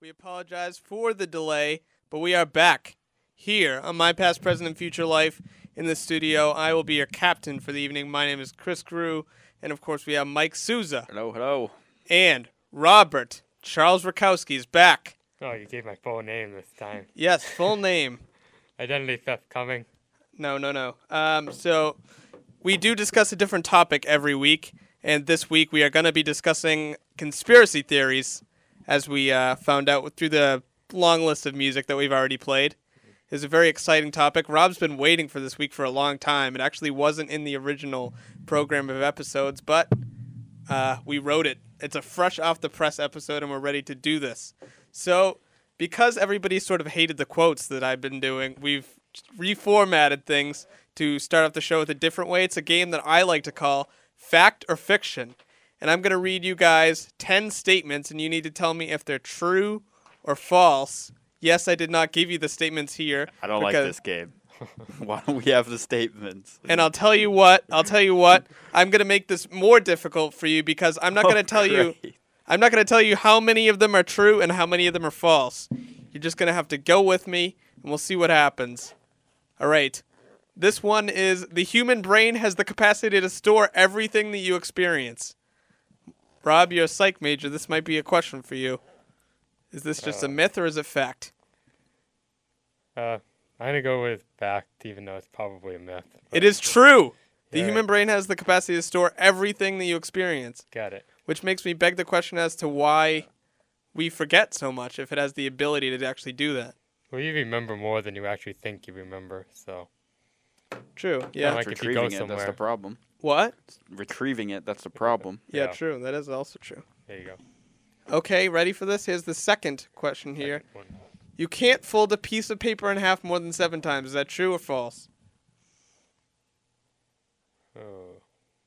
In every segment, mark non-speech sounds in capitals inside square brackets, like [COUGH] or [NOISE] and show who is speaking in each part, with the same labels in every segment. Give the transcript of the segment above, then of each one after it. Speaker 1: We apologize for the delay, but we are back here on My Past, Present, and Future Life in the studio. I will be your captain for the evening. My name is Chris Grew, and of course, we have Mike Souza
Speaker 2: Hello, hello.
Speaker 1: and Robert Charles Rakowski is back.
Speaker 3: Oh, you gave my full name this time.
Speaker 1: Yes, full name.
Speaker 3: Identity theft coming.
Speaker 1: No, no, no. Um, so we do discuss a different topic every week, and this week we are going to be discussing conspiracy theories, as we uh, found out through the long list of music that we've already played. It's a very exciting topic. Rob's been waiting for this week for a long time. It actually wasn't in the original program of episodes, but uh, we wrote it. It's a fresh off the press episode, and we're ready to do this. So, because everybody sort of hated the quotes that I've been doing, we've reformatted things to start off the show with a different way. It's a game that I like to call Fact or Fiction. And I'm going to read you guys 10 statements, and you need to tell me if they're true or false. Yes, I did not give you the statements here.
Speaker 2: I don't like
Speaker 1: because-
Speaker 2: this game. [LAUGHS] Why don't we have the statements?
Speaker 1: and I'll tell you what. I'll tell you what. I'm gonna make this more difficult for you because I'm not
Speaker 2: Oh,
Speaker 1: gonna tell
Speaker 2: [LAUGHS]
Speaker 1: you.
Speaker 2: great.
Speaker 1: I'm not gonna tell you how many of them are true and how many of them are false. You're just gonna have to go with me, and we'll see what happens. All right. This one is the human brain has the capacity to store everything that you experience. Rob, you're a psych major. This might be a question for you. Is this just a myth or is it fact?
Speaker 3: Uh, I'm gonna go with fact, even though it's probably a myth.
Speaker 1: It is true. The
Speaker 3: Yeah.
Speaker 1: human brain has the capacity to store everything that you experience.
Speaker 3: Got it.
Speaker 1: which makes me beg the question as to why we forget so much if it has the ability to actually do that.
Speaker 3: Well, you remember more than you actually think you remember. So
Speaker 1: True. Yeah.
Speaker 3: like if you
Speaker 2: Retrieving
Speaker 3: go
Speaker 2: it, that's the
Speaker 3: somewhere.
Speaker 2: problem.
Speaker 1: what?
Speaker 2: Retrieving it, that's
Speaker 1: [LAUGHS]
Speaker 2: the problem.
Speaker 1: Yeah,
Speaker 3: Yeah.
Speaker 1: true. That is also true.
Speaker 3: there you go.
Speaker 1: Okay, ready for this? Here's the second question here.
Speaker 3: Second one.
Speaker 1: You can't fold a piece of paper in half more than seven times. Is that true or false?
Speaker 3: Oh,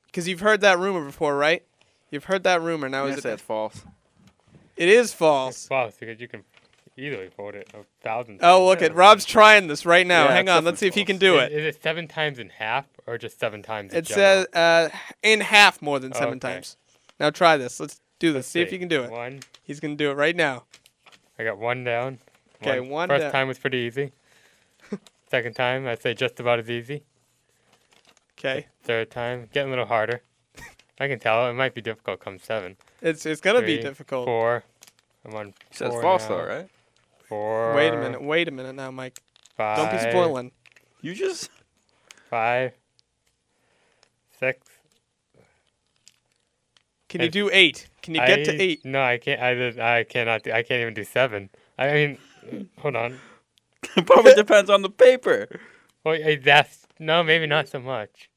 Speaker 1: Because you've heard that rumor before, right? You've heard that rumor. Now
Speaker 2: I'm
Speaker 1: is
Speaker 2: gonna
Speaker 1: it?
Speaker 2: say it's false.
Speaker 1: It is
Speaker 3: it's
Speaker 1: false.
Speaker 3: false because you can easily fold it a thousand.
Speaker 1: Oh,
Speaker 3: times.
Speaker 1: look at Rob's trying this right now.
Speaker 2: Yeah,
Speaker 1: Hang
Speaker 2: it's
Speaker 1: on. Let's see if he can do
Speaker 3: Is,
Speaker 1: it.
Speaker 3: is it seven times in half or just seven times? in
Speaker 1: It
Speaker 3: general?
Speaker 1: says uh, in half more than seven
Speaker 3: Okay.
Speaker 1: times. Now try this. Let's do this.
Speaker 3: Let's
Speaker 1: see if you can do it.
Speaker 3: One.
Speaker 1: He's gonna do it right now.
Speaker 3: I got one down.
Speaker 1: Okay, one
Speaker 3: First
Speaker 1: down.
Speaker 3: time was
Speaker 1: [LAUGHS]
Speaker 3: pretty easy. Second time, I'd say just about as easy.
Speaker 1: Okay.
Speaker 3: Third time, getting a little harder. I can tell it might be difficult come seven.
Speaker 1: It's it's gonna be
Speaker 3: Three,
Speaker 1: difficult.
Speaker 3: Four. I'm on
Speaker 2: It says
Speaker 3: four
Speaker 2: false
Speaker 3: now.
Speaker 2: though, right?
Speaker 3: Four.
Speaker 1: Wait a minute. Wait a minute now, Mike.
Speaker 3: Five,
Speaker 1: Don't be spoiling.
Speaker 2: You just [LAUGHS]
Speaker 3: Five. Six.
Speaker 1: Can you
Speaker 3: If
Speaker 1: do eight? Can you get
Speaker 3: I-
Speaker 1: to eight?
Speaker 3: No, I can't. I, did- I cannot. do- I can't even do seven. I mean, hold on.
Speaker 1: [LAUGHS]
Speaker 2: it probably depends on the paper.
Speaker 3: Well, eh, that's no, maybe not so much.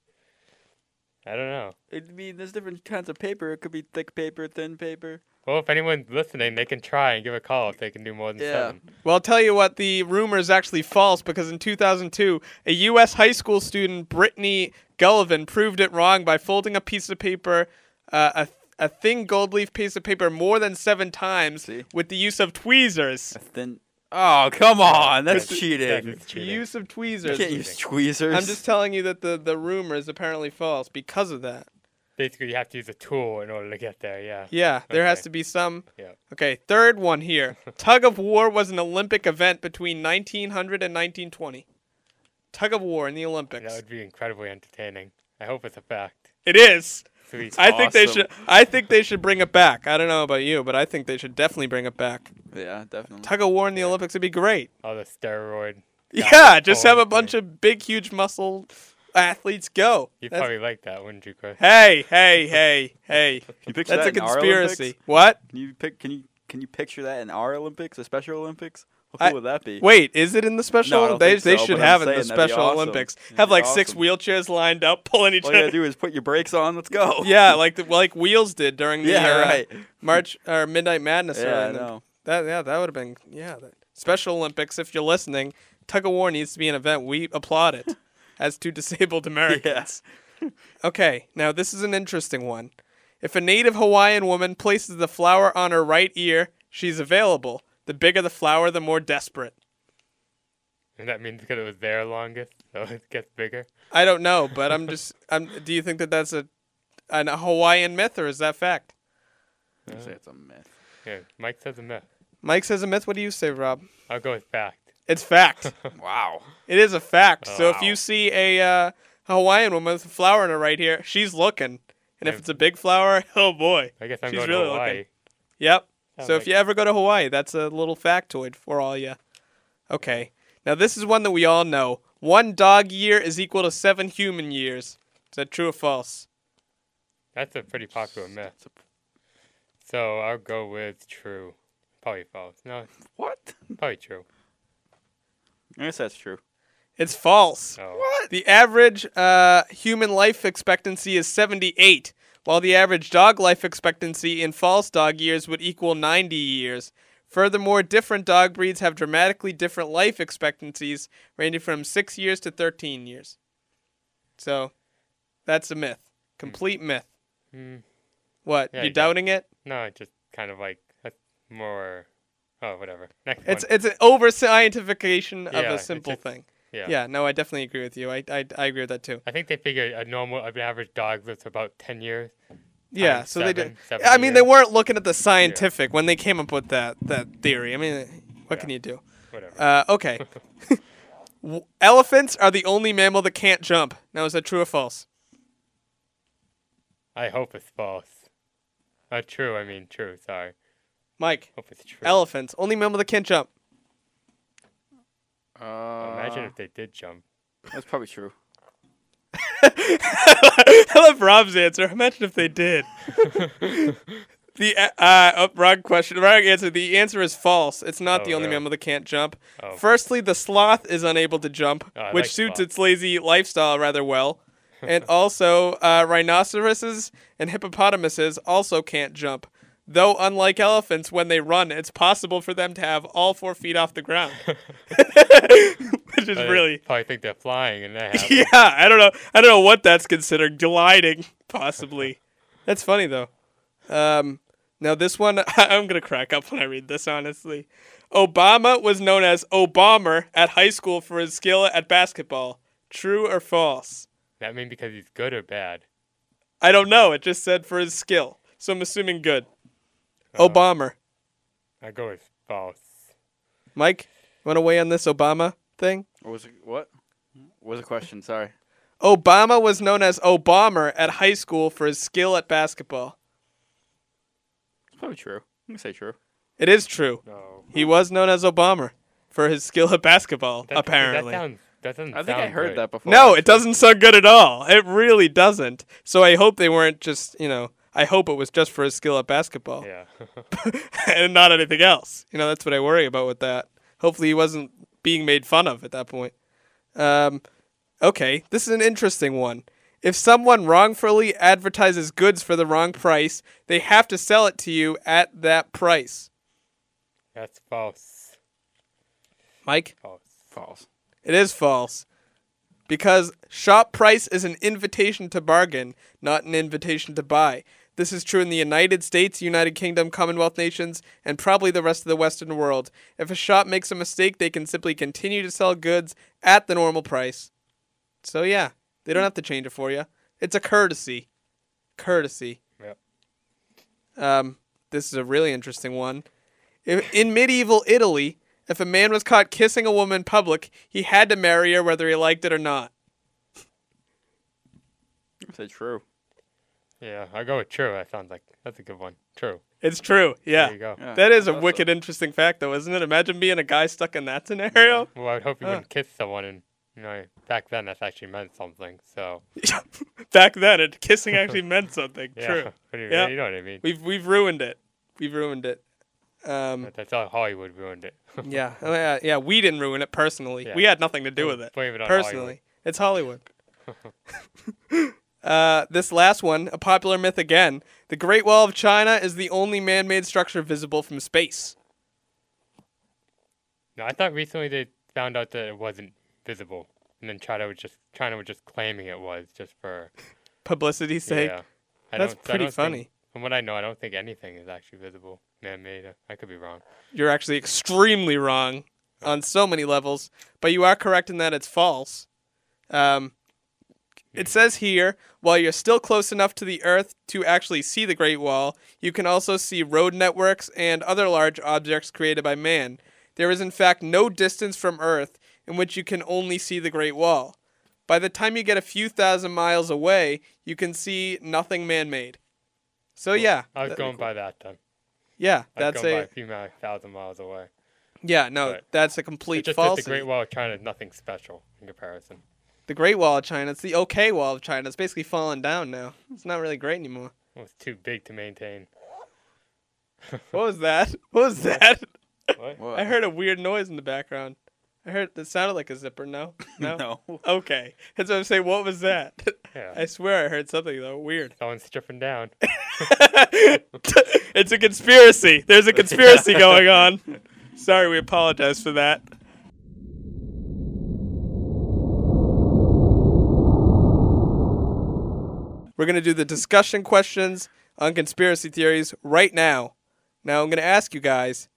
Speaker 3: I don't know.
Speaker 2: I mean, there's different kinds of paper. It could be thick paper, thin paper.
Speaker 3: Well, if anyone's listening, they can try and give a call if they can do more than
Speaker 2: Yeah.
Speaker 3: seven.
Speaker 1: Well, I'll tell you what. The rumor is actually false because in 2002, a U.S. high school student, Brittany Gullivan, proved it wrong by folding a piece of paper, uh, a a thin gold leaf piece of paper, more than seven times
Speaker 2: See?
Speaker 1: with the use of tweezers.
Speaker 2: A thin. Oh, come on, that's
Speaker 3: That's-
Speaker 2: cheating.
Speaker 3: that is
Speaker 1: The
Speaker 3: cheating.
Speaker 1: use of tweezers.
Speaker 2: Can't use tweezers.
Speaker 1: I'm just telling you that the the rumor is apparently false because of that.
Speaker 3: Basically, you have to use a tool in order to get there. Yeah.
Speaker 1: Yeah, there has
Speaker 3: Okay.
Speaker 1: to be some.
Speaker 3: Yeah.
Speaker 1: Okay, third one
Speaker 2: [LAUGHS]
Speaker 1: here. Tug of war was an Olympic event between 1900 and 1920. Tug of war in the Olympics.
Speaker 3: That would be incredibly entertaining. I hope it's a fact.
Speaker 1: It is. [LAUGHS]
Speaker 3: Sweet.
Speaker 1: I think they
Speaker 2: awesome.
Speaker 1: should. I think they should bring it back. I don't know about you, but I think they should definitely bring it back.
Speaker 2: [LAUGHS] Yeah, definitely.
Speaker 1: Tug of war in the Olympics would be great.
Speaker 3: All the steroid.
Speaker 1: [LAUGHS] Yeah, just have a
Speaker 3: forward
Speaker 1: bunch of big, huge muscle athletes go.
Speaker 3: You
Speaker 1: That's-
Speaker 3: probably like that, wouldn't you, Chris?
Speaker 1: hey, hey, hey,
Speaker 2: [LAUGHS]
Speaker 1: hey.
Speaker 2: you picture
Speaker 1: That's a
Speaker 2: that in our Olympics?
Speaker 1: conspiracy. What?
Speaker 2: Can you pick? Can you can you picture that in our Olympics, the Special Olympics? How
Speaker 1: I-
Speaker 2: cool would that be?
Speaker 1: Wait, is it in the special?
Speaker 2: No, I don't
Speaker 1: they
Speaker 2: think
Speaker 1: they
Speaker 2: so,
Speaker 1: should
Speaker 2: but I'm
Speaker 1: have it in the
Speaker 2: saying that'd be
Speaker 1: Special
Speaker 2: awesome.
Speaker 1: Olympics.
Speaker 2: It'd
Speaker 1: Have
Speaker 2: be
Speaker 1: like six
Speaker 2: awesome.
Speaker 1: wheelchairs lined up, pulling each
Speaker 2: all you
Speaker 1: other.
Speaker 2: gotta do is put your brakes on. Let's go.
Speaker 1: [LAUGHS] yeah, like the, like wheels did during the
Speaker 2: [LAUGHS] yeah,
Speaker 1: uh,
Speaker 2: right.
Speaker 1: March or Midnight Madness.
Speaker 2: Yeah,
Speaker 1: era,
Speaker 2: I
Speaker 1: and
Speaker 2: know.
Speaker 1: That yeah, that would have been yeah. That, special Olympics. If you're listening, tug of war needs to be an event. We applaud
Speaker 2: [LAUGHS]
Speaker 1: it, as to disabled Americans.
Speaker 2: Yes.
Speaker 1: Okay, now this is an interesting one. If a native Hawaiian woman places the flower on her right ear, she's available. The bigger the flower, the more desperate.
Speaker 3: And that means because it was there longest, [LAUGHS] so it gets bigger.
Speaker 1: I don't know, but I'm
Speaker 2: [LAUGHS]
Speaker 1: just. I'm. Do you think that that's a, an Hawaiian myth or is that fact?
Speaker 2: Yeah. Say it's a myth.
Speaker 3: Yeah, Mike says a myth.
Speaker 1: Mike says a myth. What do you say, Rob?
Speaker 3: I'll go with fact.
Speaker 1: It's fact.
Speaker 2: [LAUGHS] Wow.
Speaker 1: it is a fact. So if
Speaker 2: Wow.
Speaker 1: you see a uh, Hawaiian woman with a flower in her right here, she's looking. And if
Speaker 3: Yeah.
Speaker 1: it's a big flower, [LAUGHS] oh boy.
Speaker 3: I guess I'm
Speaker 1: She's
Speaker 3: going
Speaker 1: really
Speaker 3: to Hawaii.
Speaker 1: looking. Yep.
Speaker 3: Sounds
Speaker 1: so if
Speaker 3: like-
Speaker 1: you ever go to Hawaii, that's a little factoid for all you. Okay. Now this is one that we all know. One dog year is equal to seven human years. Is that true or false?
Speaker 3: That's a pretty popular myth.
Speaker 2: It's a-
Speaker 3: So I'll go with true. Probably false. No,
Speaker 2: What?
Speaker 3: probably true.
Speaker 2: I guess that's true.
Speaker 1: It's false.
Speaker 3: Oh.
Speaker 1: [LAUGHS] The average uh, human life expectancy is 78, while the average dog life expectancy in false dog years would equal 90 years. Furthermore, different dog breeds have dramatically different life expectancies, ranging from 6 years to 13 years. So, that's a myth. Complete myth.
Speaker 3: Hmm.
Speaker 1: What?
Speaker 3: Yeah,
Speaker 1: you
Speaker 3: I guess.
Speaker 1: doubting it?
Speaker 3: No, it's just kind of like that's more. Oh, whatever. Next
Speaker 1: It's
Speaker 3: one.
Speaker 1: it's an over scientification
Speaker 3: Yeah,
Speaker 1: of a
Speaker 3: it's
Speaker 1: simple
Speaker 3: a-
Speaker 1: thing.
Speaker 3: yeah.
Speaker 1: yeah, no, I definitely agree with you. I, I, I agree with that too.
Speaker 3: I think they figure a normal, an average dog lives about ten years.
Speaker 1: Yeah,
Speaker 3: times
Speaker 1: so they
Speaker 3: seven,
Speaker 1: did.
Speaker 3: seven
Speaker 1: I mean, they
Speaker 3: years.
Speaker 1: weren't looking at the scientific when they came up with that that theory. I mean, what
Speaker 3: Yeah.
Speaker 1: can you do?
Speaker 3: Whatever.
Speaker 1: Uh,
Speaker 3: [LAUGHS]
Speaker 1: okay. W- Elephants are the only mammal that can't jump. Now, is that true or false?
Speaker 3: I hope it's false. Uh, true. I mean, true. Sorry.
Speaker 1: Mike,
Speaker 3: Hope it's true.
Speaker 1: elephants, only mammal that can't jump.
Speaker 2: Uh,
Speaker 3: Imagine if they did jump.
Speaker 2: That's probably true.
Speaker 1: I [LAUGHS] love Rob's answer. Imagine if they
Speaker 3: [LAUGHS]
Speaker 1: did. the uh, uh, wrong question, wrong answer. The answer is false. It's not
Speaker 3: Oh,
Speaker 1: the only
Speaker 3: really?
Speaker 1: mammal that can't jump.
Speaker 3: Oh.
Speaker 1: Firstly, the sloth is unable to jump,
Speaker 3: Oh, I
Speaker 1: which
Speaker 3: like
Speaker 1: suits
Speaker 3: sloths.
Speaker 1: its lazy lifestyle rather well.
Speaker 3: [LAUGHS]
Speaker 1: And also, uh, rhinoceroses and hippopotamuses also can't jump. Though, unlike elephants, when they run, it's possible for them to have all four feet off the
Speaker 3: [LAUGHS]
Speaker 1: ground, [LAUGHS] which is
Speaker 3: They
Speaker 1: really
Speaker 3: Probably think they're
Speaker 1: [LAUGHS]
Speaker 3: flying and that happens.
Speaker 1: yeah, I don't know. I don't know what that's considered. Gliding, possibly. that's funny though. Um, now this one, [LAUGHS] I'm gonna crack up when I read this. Honestly, Obama was known as Obama at high school for his skill at basketball. True or false?
Speaker 3: That mean because he's good or bad?
Speaker 1: I don't know. It just said for his skill, so I'm assuming good. Obama,
Speaker 3: I go with false.
Speaker 1: Mike, you want to weigh on this Obama thing?
Speaker 2: What was it? What? What was the question? Sorry.
Speaker 1: Obama was known as Obama at high school for his skill at basketball.
Speaker 2: It's probably true. I'm gonna say true.
Speaker 1: It is true.
Speaker 3: No.
Speaker 1: He was known as Obama for his skill at basketball,
Speaker 3: That-
Speaker 1: apparently.
Speaker 3: That sounds. That doesn't
Speaker 2: I think I
Speaker 3: sound
Speaker 2: heard
Speaker 3: good.
Speaker 2: that before.
Speaker 1: no, it doesn't sound good at all. It really doesn't. So I hope they weren't just, you know, I hope it was just for his skill at basketball
Speaker 3: Yeah. [LAUGHS]
Speaker 1: [LAUGHS] and not anything else. You know, that's what I worry about with that. Hopefully he wasn't being made fun of at that point. Um, okay, this is an interesting one. If someone wrongfully advertises goods for the wrong price, they have to sell it to you at that price.
Speaker 3: That's false.
Speaker 1: Mike?
Speaker 3: False.
Speaker 2: False.
Speaker 1: It is false. Because shop price is an invitation to bargain, not an invitation to buy. This is true in the United States, United Kingdom, Commonwealth nations, and probably the rest of the Western world. If a shop makes a mistake, they can simply continue to sell goods at the normal price. So, yeah, they don't have to change it for you. It's a courtesy. Courtesy.
Speaker 3: Yep.
Speaker 1: Um, this is a really interesting one. If, in medieval Italy, if a man was caught kissing a woman in public, he had to marry her whether he liked it or not.
Speaker 2: I'm gonna say true.
Speaker 3: Yeah, I go with true. That sounds like that's a good one. True.
Speaker 1: It's true.
Speaker 3: There
Speaker 1: Yeah.
Speaker 3: you go.
Speaker 2: Yeah,
Speaker 1: That is a
Speaker 2: I thought so.
Speaker 1: wicked interesting fact, though, isn't it? Imagine being a guy stuck in that scenario. [LAUGHS]
Speaker 3: Well, I would hope you
Speaker 1: Huh.
Speaker 3: wouldn't kiss someone, and you know, back then that's actually meant something. So
Speaker 1: Back then, it, kissing actually meant something.
Speaker 3: [LAUGHS] yeah,
Speaker 1: True.
Speaker 3: What do you,
Speaker 1: Yep.
Speaker 3: you know what I mean?
Speaker 1: We've we've ruined it. We've ruined it. Um,
Speaker 3: But That's how Hollywood ruined it. [LAUGHS]
Speaker 1: yeah. Oh, yeah. Yeah. We didn't ruin it personally.
Speaker 3: Yeah.
Speaker 1: We had nothing to do with it.
Speaker 3: Blame it on
Speaker 1: personally.
Speaker 3: Hollywood.
Speaker 1: It's Hollywood.
Speaker 3: [LAUGHS]
Speaker 1: [LAUGHS] uh, this last one, a popular myth again. The Great Wall of China is the only man made structure visible from space.
Speaker 3: No, I thought recently they found out that it wasn't visible, and then China was just China was just claiming it was just for
Speaker 1: Publicity's sake.
Speaker 3: yeah. I
Speaker 1: That's
Speaker 3: don't- I
Speaker 1: pretty
Speaker 3: don't think-
Speaker 1: funny.
Speaker 3: from what I know, I don't think anything is actually visible, man-made. I could be wrong.
Speaker 1: You're actually extremely wrong on so many levels, but you are correct in that it's false. Um, It says here, while you're still close enough to the Earth to actually see the Great Wall, you can also see road networks and other large objects created by man. There is, in fact, no distance from Earth in which you can only see the Great Wall. By the time you get a few thousand miles away, you can see nothing man made. So, yeah.
Speaker 3: I was
Speaker 1: that-
Speaker 3: going by that then.
Speaker 1: Yeah,
Speaker 3: I was
Speaker 1: that's
Speaker 3: going by
Speaker 1: a.
Speaker 3: a few mi- thousand miles away.
Speaker 1: Yeah, no,
Speaker 3: Right.
Speaker 1: that's a
Speaker 3: It's
Speaker 1: complete
Speaker 3: just that
Speaker 1: false.
Speaker 3: the Great Wall of China is nothing special in comparison.
Speaker 1: Wall of China, it's the okay Wall of China. It's basically falling down now. It's not really great anymore.
Speaker 3: It was too big to maintain.
Speaker 1: What was that? [LAUGHS] What was that?
Speaker 3: What?
Speaker 2: Whoa.
Speaker 1: I heard a weird noise in the background. I heard it sounded like a zipper. No, no.
Speaker 2: [LAUGHS] no.
Speaker 1: Okay, that's what I'm saying. What was that? [LAUGHS]
Speaker 3: Yeah.
Speaker 1: I swear I heard something though. Weird.
Speaker 3: Someone's stripping down.
Speaker 1: it's a conspiracy. There's a conspiracy going on. Sorry, we apologize for that. We're going to do the discussion questions on conspiracy theories right now. Now, I'm going to ask you guys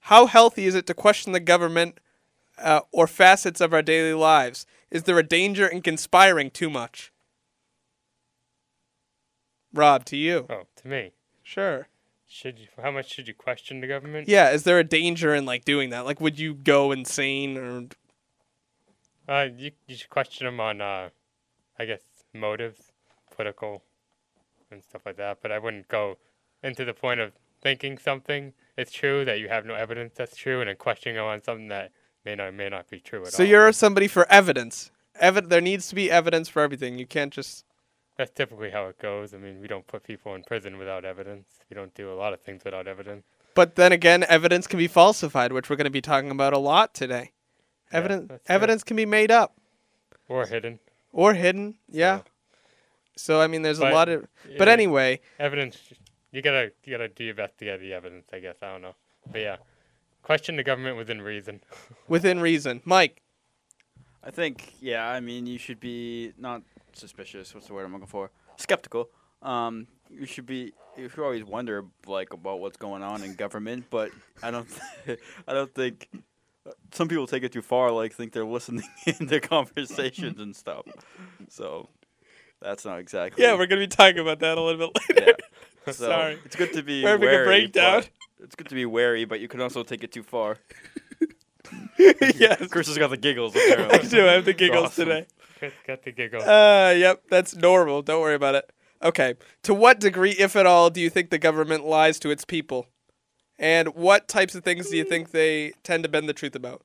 Speaker 1: how healthy is it to question the government uh, or facets of our daily lives? Is there a danger in conspiring too much? Rob, to you.
Speaker 3: Oh, to me.
Speaker 1: Sure.
Speaker 3: Should you, how much should you question the government?
Speaker 1: Yeah, is there a danger in like doing that? Like, would you go insane or?
Speaker 3: Uh, you, you should question them on, uh, I guess, motives, political, and stuff like that. But I wouldn't go into the point of thinking something is true that you have no evidence that's true, and then questioning them on something that may not may not be true at
Speaker 1: So
Speaker 3: all.
Speaker 1: you're somebody for evidence. Evi- there needs to be evidence for everything. You can't just.
Speaker 3: That's typically how it goes. I mean, we don't put people in prison without evidence. We don't do a lot of things without evidence.
Speaker 1: But then again, evidence can be falsified, which we're going to be talking about a lot today.
Speaker 3: Yeah,
Speaker 1: Evidence
Speaker 3: that's true.
Speaker 1: evidence can be made up
Speaker 3: or hidden.
Speaker 1: or hidden. Yeah.
Speaker 3: So-
Speaker 1: So I mean, there's
Speaker 3: But-
Speaker 1: a lot of. But
Speaker 3: Yeah.
Speaker 1: anyway,
Speaker 3: evidence you gotta you gotta do your best to get the evidence i guess i don't know but yeah question the government within reason [LAUGHS]
Speaker 1: within reason, Mike.
Speaker 2: I think yeah. I mean, you should be not suspicious. What's the word I'm looking for? Skeptical. Um, you should be. You should always wonder like about what's going on in government, but I don't. [LAUGHS] I don't think. uh, Some people take it too far, like think they're listening [LAUGHS] in their conversations and stuff. So that's not exactly.
Speaker 1: Yeah, we're going to be talking about that a little bit [LAUGHS] later.
Speaker 2: So
Speaker 1: Sorry.
Speaker 2: It's good to be
Speaker 1: We're having a
Speaker 2: wary,
Speaker 1: breakdown.
Speaker 2: but- It's good to be wary, but you can also take it too far.
Speaker 1: [LAUGHS] [LAUGHS] yes.
Speaker 2: Chris has got the
Speaker 1: [LAUGHS]
Speaker 2: giggles.
Speaker 1: I
Speaker 2: Apparently.
Speaker 1: do. I have the giggles
Speaker 2: Awesome.
Speaker 1: today.
Speaker 3: Chris got the giggle
Speaker 1: Uh, yep, that's normal. Don't worry about it. Okay. To what degree, if at all, do you think the government lies to its people? And what types of things do you think they tend to bend the truth about?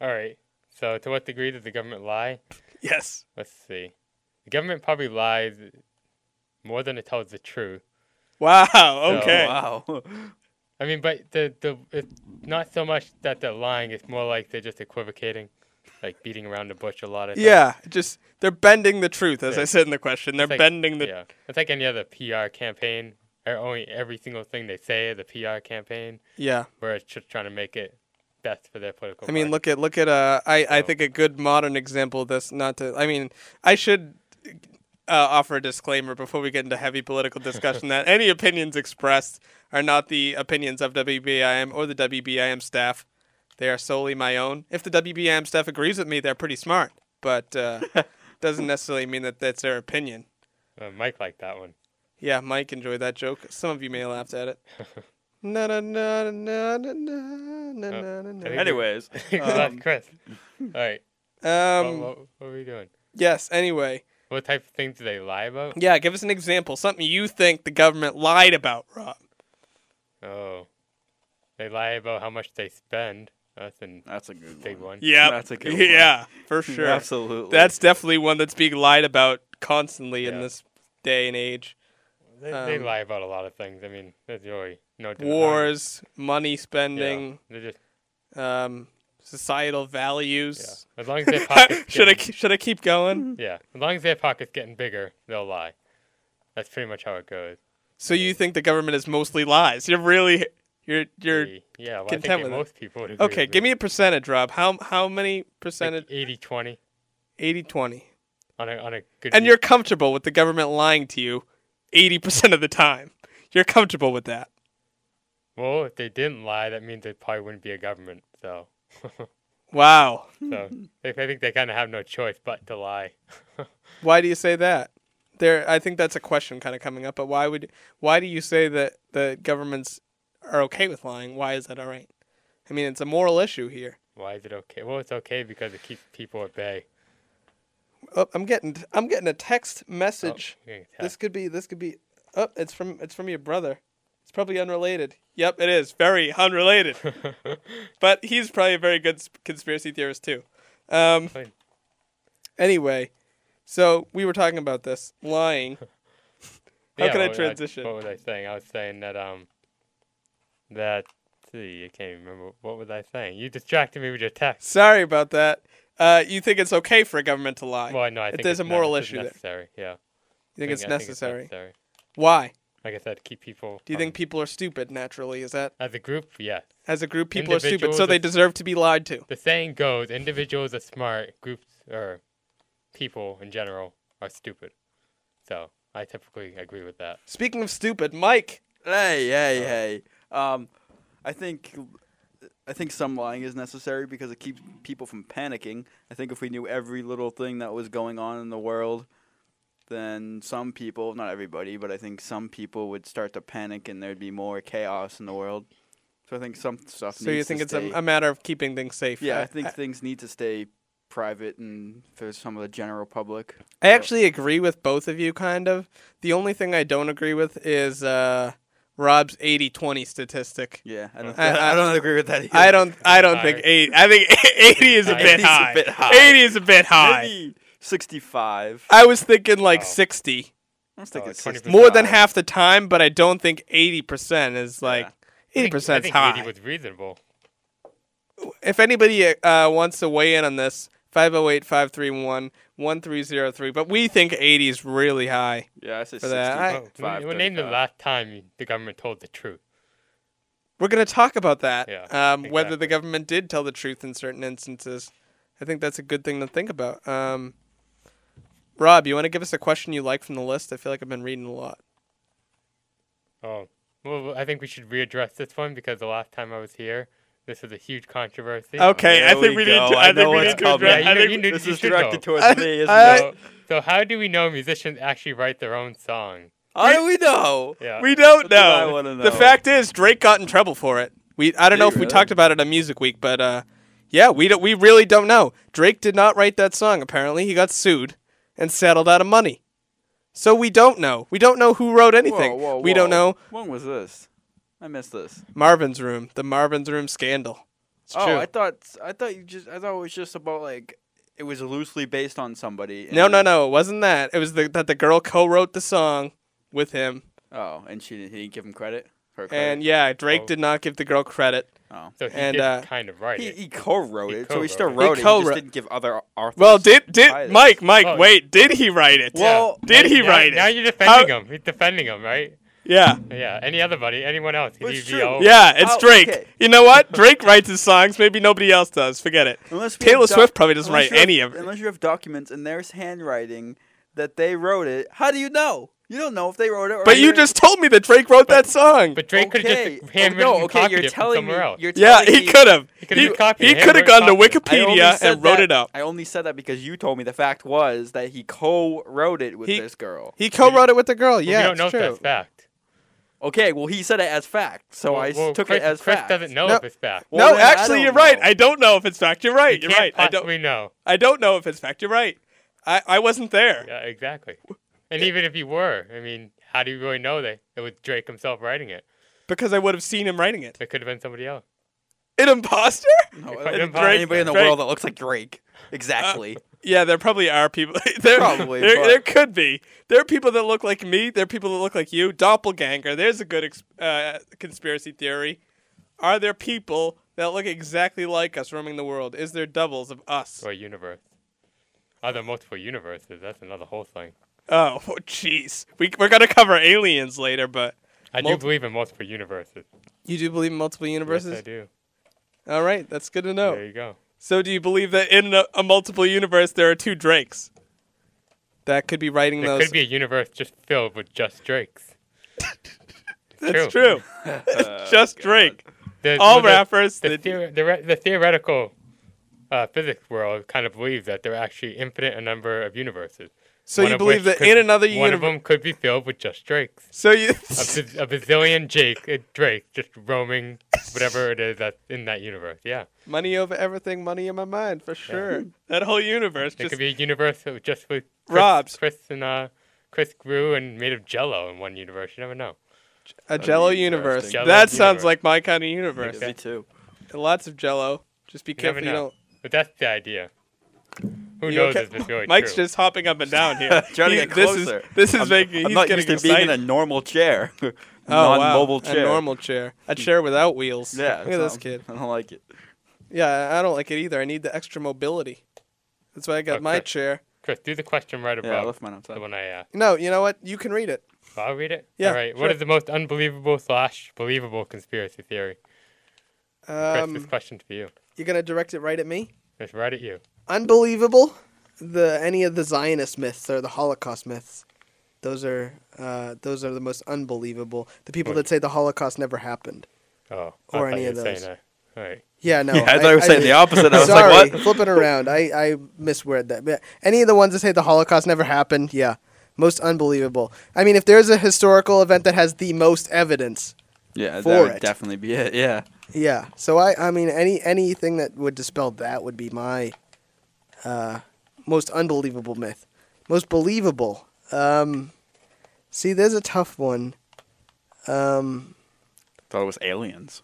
Speaker 3: all right so to what degree does the government lie
Speaker 1: Yes.
Speaker 3: let's see the government probably lies more than it tells the truth
Speaker 1: Wow. Okay.
Speaker 2: Oh, wow.
Speaker 3: i mean but the the it's not so much that they're lying it's more like they're just equivocating like beating around the bush a lot of times.
Speaker 1: Yeah. Just they're bending the truth, as
Speaker 3: Yeah.
Speaker 1: I said in the question. They're
Speaker 3: It's like-
Speaker 1: bending the.
Speaker 3: yeah it's like any other pr campaign or only every single thing they say is a pr campaign
Speaker 1: yeah.
Speaker 3: where it's just trying to make it best for their political
Speaker 1: I mean,
Speaker 3: party.
Speaker 1: look at look at uh, I I
Speaker 3: So-
Speaker 1: think a good modern example of this. Not to, I mean, I should uh, offer a disclaimer before we get into heavy political discussion that any opinions expressed are not the opinions of WBIM or the WBIM staff. They are solely my own. If the WBIM staff agrees with me, they're pretty smart, but uh, doesn't necessarily mean that that's their opinion.
Speaker 3: Uh, Mike liked that one. [LAUGHS]
Speaker 1: Yeah, Mike enjoyed that joke. Some of you may have laughed at it. Na na na na na na na na na.
Speaker 3: I
Speaker 1: na.
Speaker 3: think-
Speaker 2: Anyways,
Speaker 3: That's
Speaker 2: um,
Speaker 3: Chris. All right.
Speaker 1: Um.
Speaker 3: what, what, what are we doing?
Speaker 1: Yes. Anyway.
Speaker 3: What type of things do they lie about?
Speaker 1: Yeah, give us an example. Something you think the government lied about, Rob.
Speaker 3: Oh, they lie about how much they spend. That's a
Speaker 2: that's a good
Speaker 3: big
Speaker 2: one.
Speaker 3: one.
Speaker 1: Yeah,
Speaker 2: That's a
Speaker 1: [LAUGHS]
Speaker 2: good one.
Speaker 1: yeah,
Speaker 2: [LAUGHS]
Speaker 1: for sure.
Speaker 2: Absolutely.
Speaker 1: That's definitely one that's being lied about constantly in
Speaker 3: Yeah.
Speaker 1: this day and age.
Speaker 3: They, they
Speaker 1: Um,
Speaker 3: lie about a lot of things. I mean, there's really no denying.
Speaker 1: Wars, money
Speaker 3: Yeah,
Speaker 1: spending,
Speaker 3: they're just
Speaker 1: um, societal values.
Speaker 3: yeah. As long as their pockets
Speaker 1: [LAUGHS] should I
Speaker 3: getting-
Speaker 1: ke- should I keep going?
Speaker 3: yeah. As long as their pockets getting bigger, they'll lie. That's pretty much how it goes.
Speaker 1: So you think the government is mostly lies? You're really you're you're
Speaker 3: The- yeah. Well, I think
Speaker 1: content
Speaker 3: that
Speaker 1: with it.
Speaker 3: most people would agree
Speaker 1: okay. Give me a percentage, Rob. How how many percentage?
Speaker 3: 80-20
Speaker 1: 80 20
Speaker 3: on a on a good.
Speaker 1: and
Speaker 3: week.
Speaker 1: you're comfortable with the government lying to you 80% of the time. You're comfortable with that.
Speaker 3: well, if they didn't lie, that means they probably wouldn't be a government. So.
Speaker 1: Wow. [LAUGHS]
Speaker 3: So they, I think they kind of have no choice but to lie. [LAUGHS]
Speaker 1: Why do you say that? There, I think that's a question kind of coming up. But why would why do you say that the governments are okay with lying? Why is that all right? I mean, it's a moral issue here.
Speaker 3: Why is it okay? Well, it's okay because it keeps people at bay.
Speaker 1: Oh, I'm getting I'm getting a text message.
Speaker 3: Oh, yeah,
Speaker 1: This could be this could be. Oh, it's from it's from your brother. It's probably unrelated. Yep, it is very
Speaker 3: [LAUGHS]
Speaker 1: unrelated. but he's probably a very good s- conspiracy theorist too. Um,
Speaker 3: Fine.
Speaker 1: anyway, so we were talking about this
Speaker 3: [LAUGHS]
Speaker 1: lying. How
Speaker 3: Yeah,
Speaker 1: can I
Speaker 3: what was
Speaker 1: transition?
Speaker 3: what was I saying? I was saying that um that see, I can't even remember what was I saying. You distracted me with your text.
Speaker 1: Sorry about that. Uh, you think it's okay for a government to lie?
Speaker 3: Well, I know. I
Speaker 1: If
Speaker 3: think
Speaker 1: there's
Speaker 3: it's
Speaker 1: a moral
Speaker 3: ne- it's
Speaker 1: issue there.
Speaker 3: necessary. Yeah.
Speaker 1: you think it's
Speaker 3: I
Speaker 1: necessary?
Speaker 3: necessary.
Speaker 1: Why?
Speaker 3: Like I said, keep people.
Speaker 1: Do you think
Speaker 3: from-
Speaker 1: people are stupid naturally? Is that
Speaker 3: as a group? Yes.
Speaker 1: as a group people are stupid,
Speaker 3: Individuals
Speaker 1: so they
Speaker 3: are-
Speaker 1: deserve to be lied to?
Speaker 3: The saying goes: individuals are smart, groups or people in general are stupid. So I typically agree with that.
Speaker 1: Speaking of stupid, Mike.
Speaker 2: Hey,
Speaker 1: Uh,
Speaker 2: hey, hey. Um, I think, I think some lying is necessary because it keeps people from panicking. I think if we knew every little thing that was going on in the world, then some people, not everybody, but I think some people would start to panic and there'd be more chaos in the world. So I think some stuff.
Speaker 1: So you
Speaker 2: needs to
Speaker 1: think it's
Speaker 2: stay-
Speaker 1: a, a matter of keeping things safe?
Speaker 2: yeah,
Speaker 1: I-
Speaker 2: I think
Speaker 1: I-
Speaker 2: things need to stay private and for some of the general public.
Speaker 1: I actually agree with both of you, kind of. The only thing I don't agree with is uh, Rob's 80-20 statistic.
Speaker 2: Yeah, I don't.
Speaker 1: I-
Speaker 2: [LAUGHS]
Speaker 1: I-
Speaker 2: I, don't agree with that. Either.
Speaker 1: I don't. I don't
Speaker 3: Sorry.
Speaker 1: think eight. I think [LAUGHS] eighty is a bit
Speaker 3: 80 's a
Speaker 1: high.
Speaker 2: bit high.
Speaker 1: Eighty is a bit high.
Speaker 2: Maybe sixty-five.
Speaker 1: I was thinking like
Speaker 3: Oh.
Speaker 1: sixty,
Speaker 2: I'm
Speaker 3: Oh,
Speaker 2: thinking
Speaker 3: 20%.
Speaker 1: more than
Speaker 2: 65.
Speaker 1: half the time, but I don't think eighty percent is like eighty
Speaker 3: I
Speaker 1: percent
Speaker 3: think
Speaker 1: high.
Speaker 3: 80 was reasonable.
Speaker 1: if anybody uh, wants to weigh in on this, 508-531-1303. But we think 80 is really high.
Speaker 2: Yeah, I say
Speaker 1: for that. I-
Speaker 3: Oh, we- we named the
Speaker 2: 35.
Speaker 3: last time the government told the truth.
Speaker 1: We're going to talk about that,
Speaker 3: Yeah,
Speaker 1: um, whether the
Speaker 3: exactly.
Speaker 1: government did tell the truth in certain instances. I think that's a good thing to think about. Um, Rob, you want to give us a question you like from the list? I feel like I've been reading a lot.
Speaker 3: Oh, well, I think we should readdress this one because the last time I was here, this was a huge controversy.
Speaker 1: Okay, I
Speaker 2: There
Speaker 1: think we,
Speaker 2: go.
Speaker 1: need to. I,
Speaker 2: I
Speaker 1: think
Speaker 2: know
Speaker 1: we
Speaker 2: what's
Speaker 1: need to.
Speaker 2: coming.
Speaker 1: Address,
Speaker 3: Yeah,
Speaker 1: I
Speaker 3: you
Speaker 1: think
Speaker 2: [LAUGHS]
Speaker 3: know-
Speaker 1: we-
Speaker 3: you
Speaker 2: This
Speaker 3: you
Speaker 2: is
Speaker 3: should
Speaker 2: directed
Speaker 3: go.
Speaker 2: towards
Speaker 1: I-
Speaker 2: me, isn't
Speaker 1: I-
Speaker 2: it?
Speaker 3: So, so how do we know musicians actually write their own song?
Speaker 2: How do we know?
Speaker 3: Yeah.
Speaker 1: we don't
Speaker 2: That's what I
Speaker 1: know.
Speaker 2: wanna
Speaker 1: The
Speaker 2: know.
Speaker 1: fact is, Drake got in trouble for it. We I don't
Speaker 2: Did
Speaker 1: know if
Speaker 2: he
Speaker 1: we
Speaker 2: really?
Speaker 1: talked about it on Music Week, but uh, yeah, we don't, we really don't know. Drake did not write that song. Apparently, he got sued and settled out of money. So we don't know. We don't know who wrote anything.
Speaker 2: Whoa, whoa,
Speaker 1: We don't
Speaker 2: whoa.
Speaker 1: know
Speaker 2: When was this? I missed this.
Speaker 1: Marvin's Room, the Marvin's Room scandal. It's
Speaker 2: oh,
Speaker 1: true.
Speaker 2: I thought I thought you just I thought it was just about like it was loosely based on somebody.
Speaker 1: no,
Speaker 2: and-
Speaker 1: no, no. It wasn't that. It was the, that the girl co-wrote the song with him,
Speaker 2: Oh, and she didn't, he didn't give him credit. Her credit.
Speaker 1: and yeah, Drake
Speaker 3: Oh.
Speaker 1: did not give the girl credit.
Speaker 2: oh.
Speaker 3: So he
Speaker 1: And,
Speaker 3: did
Speaker 1: uh,
Speaker 3: kind of write
Speaker 2: He,
Speaker 3: it.
Speaker 2: he co-wrote
Speaker 3: He
Speaker 2: it, so he still
Speaker 1: it. He
Speaker 2: wrote it.
Speaker 3: co-wrote
Speaker 2: He just
Speaker 1: co-wrote-
Speaker 2: didn't give other au- authors.
Speaker 1: Well, did did
Speaker 2: Either.
Speaker 1: Mike Mike
Speaker 3: Oh.
Speaker 1: wait? Did he write it?
Speaker 2: Well-
Speaker 1: did he
Speaker 3: now,
Speaker 1: write it?
Speaker 3: Now you're defending him. He's defending him, right?
Speaker 1: Yeah.
Speaker 3: Yeah. Any other buddy? Anyone else? Could
Speaker 2: Well,
Speaker 3: he
Speaker 2: it's
Speaker 3: be
Speaker 2: true.
Speaker 3: all-
Speaker 1: Yeah, it's
Speaker 2: Oh,
Speaker 1: Drake.
Speaker 2: okay.
Speaker 1: You know what? Drake writes his songs. Maybe nobody else does. Forget it.
Speaker 2: Unless we have
Speaker 1: Taylor
Speaker 2: doc-
Speaker 1: Swift probably doesn't write
Speaker 2: unless you have-
Speaker 1: any of it.
Speaker 2: Unless you have documents and there's handwriting that they wrote it, how do you know? You don't know if they wrote it. Or
Speaker 1: But you
Speaker 2: you're-
Speaker 1: just told me that Drake wrote that song.
Speaker 3: But Drake could have
Speaker 2: okay.
Speaker 3: just
Speaker 2: oh,
Speaker 3: handwritten
Speaker 2: no,
Speaker 3: and
Speaker 2: okay,
Speaker 3: copied
Speaker 2: you're
Speaker 3: it from
Speaker 2: telling me.
Speaker 3: somewhere else.
Speaker 2: You're
Speaker 1: yeah,
Speaker 2: telling
Speaker 1: he
Speaker 2: me-
Speaker 1: could have.
Speaker 3: He could've
Speaker 1: He,
Speaker 3: just copied
Speaker 1: he
Speaker 3: it,
Speaker 1: could have
Speaker 3: handwrote
Speaker 1: gone to
Speaker 3: copied it.
Speaker 2: I only
Speaker 1: Wikipedia
Speaker 2: said
Speaker 1: and wrote
Speaker 2: that-
Speaker 1: it out.
Speaker 2: I only said that because you told me the fact was that he co-wrote it with
Speaker 1: He-
Speaker 2: this girl.
Speaker 1: He co-wrote it with the girl.
Speaker 3: But
Speaker 1: Yeah,
Speaker 3: we don't
Speaker 1: it's
Speaker 3: know
Speaker 1: true.
Speaker 3: if that's fact.
Speaker 2: Okay, well he said it as fact, so Oh, I s-
Speaker 3: well,
Speaker 2: took
Speaker 3: Chris,
Speaker 2: it as
Speaker 3: Chris
Speaker 2: fact.
Speaker 3: doesn't know
Speaker 1: No.
Speaker 3: if it's fact.
Speaker 2: Well,
Speaker 1: no,
Speaker 2: then I
Speaker 1: actually,
Speaker 2: don't
Speaker 1: you're right.
Speaker 2: know.
Speaker 1: I don't know if it's fact. You're right.
Speaker 3: You
Speaker 1: You're right.
Speaker 3: can't
Speaker 1: I don't.
Speaker 3: possibly know.
Speaker 1: I don't know if it's fact. You're right. I, I wasn't there.
Speaker 3: Yeah, exactly. And even if you were, I mean, how do you really know that it was Drake himself writing it?
Speaker 1: because I would have seen him writing it.
Speaker 3: It could have been somebody else.
Speaker 1: An imposter?
Speaker 2: No,
Speaker 3: Fucking
Speaker 2: I didn't
Speaker 3: Drake,
Speaker 2: find Oh, anybody in the
Speaker 1: Drake.
Speaker 2: world that looks like Drake.
Speaker 3: Uh,
Speaker 2: Exactly.
Speaker 1: Yeah, there probably are people. [LAUGHS] there,
Speaker 2: Probably,
Speaker 1: there,
Speaker 2: but-
Speaker 1: there could be. There are people that look like me. There are people that look like you. Doppelganger. There's a good ex- uh, conspiracy theory. Are there people that look exactly like us roaming the world? Is there doubles of us?
Speaker 3: Or a universe. Are there multiple universes? That's another whole thing.
Speaker 1: Oh, [LAUGHS] jeez. We, we're going to cover aliens later, but
Speaker 3: I
Speaker 1: Multi-
Speaker 3: do believe in multiple universes.
Speaker 1: you do believe in multiple
Speaker 3: Yes, I
Speaker 1: universes?
Speaker 3: do.
Speaker 1: All right, that's good to know.
Speaker 3: There you go.
Speaker 1: So, do you believe that in a, a multiple universe there are two Drakes? That could be writing
Speaker 3: There
Speaker 1: those.
Speaker 3: could be a universe just filled with just Drakes.
Speaker 1: That's true. [LAUGHS] It's just Drake.
Speaker 3: The-
Speaker 1: [LAUGHS] All
Speaker 3: well, the-
Speaker 1: rappers.
Speaker 3: The,
Speaker 1: they-
Speaker 3: theor- the, re- the theoretical uh, physics world kind of believes that there are actually infinite a number of universes.
Speaker 1: So
Speaker 3: one
Speaker 1: you
Speaker 3: of
Speaker 1: believe
Speaker 3: which
Speaker 1: that
Speaker 3: could-
Speaker 1: in another
Speaker 3: one
Speaker 1: universe.
Speaker 3: of them could be filled with just Drakes.
Speaker 1: So you.
Speaker 3: A, baz- a bazillion Jake uh, Drake just roaming whatever it is that's in that universe. Yeah,
Speaker 1: [LAUGHS] money over everything, money in my mind, for sure. That whole universe.
Speaker 3: it
Speaker 1: Just,
Speaker 3: could be a universe that was just with Chris,
Speaker 1: Rob's.
Speaker 3: Chris and uh, Chris grew and made of Jello in one universe. You never know.
Speaker 1: a Jello
Speaker 2: be
Speaker 1: universe.
Speaker 2: interesting.
Speaker 3: Jell-O
Speaker 1: that sounds
Speaker 3: universe.
Speaker 1: like my kind of universe.
Speaker 2: Me too.
Speaker 1: Lots of Jello. Just be
Speaker 3: You never
Speaker 1: careful you
Speaker 3: know.
Speaker 1: don't.
Speaker 3: But that's the idea. Who
Speaker 1: you
Speaker 3: knows
Speaker 1: okay?
Speaker 3: if it's really
Speaker 1: Mike's
Speaker 3: true?
Speaker 1: just hopping
Speaker 3: [LAUGHS]
Speaker 1: up and down here.
Speaker 2: Trying to
Speaker 1: He-
Speaker 2: get closer.
Speaker 1: This is, this is
Speaker 2: I'm,
Speaker 1: making.
Speaker 2: I'm
Speaker 1: he's
Speaker 2: not
Speaker 1: getting
Speaker 2: used to being in a
Speaker 1: excited.
Speaker 2: normal chair. oh,
Speaker 1: oh, wow.
Speaker 2: [LAUGHS] Non-mobile chair.
Speaker 1: A normal chair. A chair without wheels.
Speaker 2: Yeah.
Speaker 1: Look at this
Speaker 2: it's not-
Speaker 1: kid.
Speaker 2: [LAUGHS] I don't like it.
Speaker 1: Yeah, I don't like it either. I need the extra mobility. That's why I got
Speaker 3: Okay.
Speaker 1: my chair.
Speaker 3: Chris, do the question right
Speaker 2: Yeah,
Speaker 3: above
Speaker 2: I left mine outside.
Speaker 3: the one I asked.
Speaker 1: No, you know what? You can read it.
Speaker 3: I'll read it.
Speaker 1: Yeah,
Speaker 3: All right.
Speaker 1: sure.
Speaker 3: What is the most unbelievable slash believable conspiracy theory? Chris, this
Speaker 1: Um,
Speaker 3: question's for you.
Speaker 1: you're gonna direct it right at me.
Speaker 3: It's right at you.
Speaker 1: unbelievable. The any of the Zionist myths or the Holocaust myths, those are uh, those are the most unbelievable. The people that say the Holocaust never happened.
Speaker 3: Oh, I
Speaker 1: Or
Speaker 3: thought
Speaker 1: any
Speaker 3: you
Speaker 1: of
Speaker 3: were saying
Speaker 1: those.
Speaker 3: that. All right.
Speaker 1: Yeah, no.
Speaker 2: yeah, I thought you were saying the
Speaker 1: did-
Speaker 2: opposite. I was
Speaker 1: Sorry,
Speaker 2: like, what?
Speaker 1: flip it around. I I misword that. But any of the ones that say the Holocaust never happened, yeah, most unbelievable. I mean, if there's a historical event that has the most evidence,
Speaker 2: Yeah, that
Speaker 1: For
Speaker 2: would
Speaker 1: it.
Speaker 2: definitely be it. Yeah.
Speaker 1: yeah. So I I mean any anything that would dispel that would be my uh, most unbelievable myth. Most believable. Um, see, there's a tough one. Um,
Speaker 2: Thought it was aliens.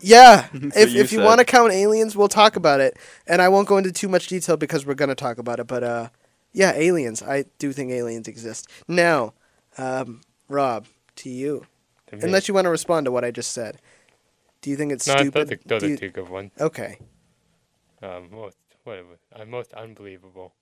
Speaker 1: yeah,
Speaker 2: [LAUGHS]
Speaker 1: if,
Speaker 2: you
Speaker 1: if you
Speaker 2: said.
Speaker 1: want to count aliens, we'll talk about it, and I won't go into too much detail because we're gonna talk about it. But uh, yeah, aliens. I do think aliens exist. Now, um, Rob, to you,
Speaker 3: To me.
Speaker 1: unless you want to respond to what I just said, do you think it's
Speaker 3: no, I thought
Speaker 1: stupid?
Speaker 3: the- those
Speaker 1: Do
Speaker 3: are
Speaker 1: you-
Speaker 3: two good ones.
Speaker 1: Okay.
Speaker 3: Um, most what it was, uh, most unbelievable.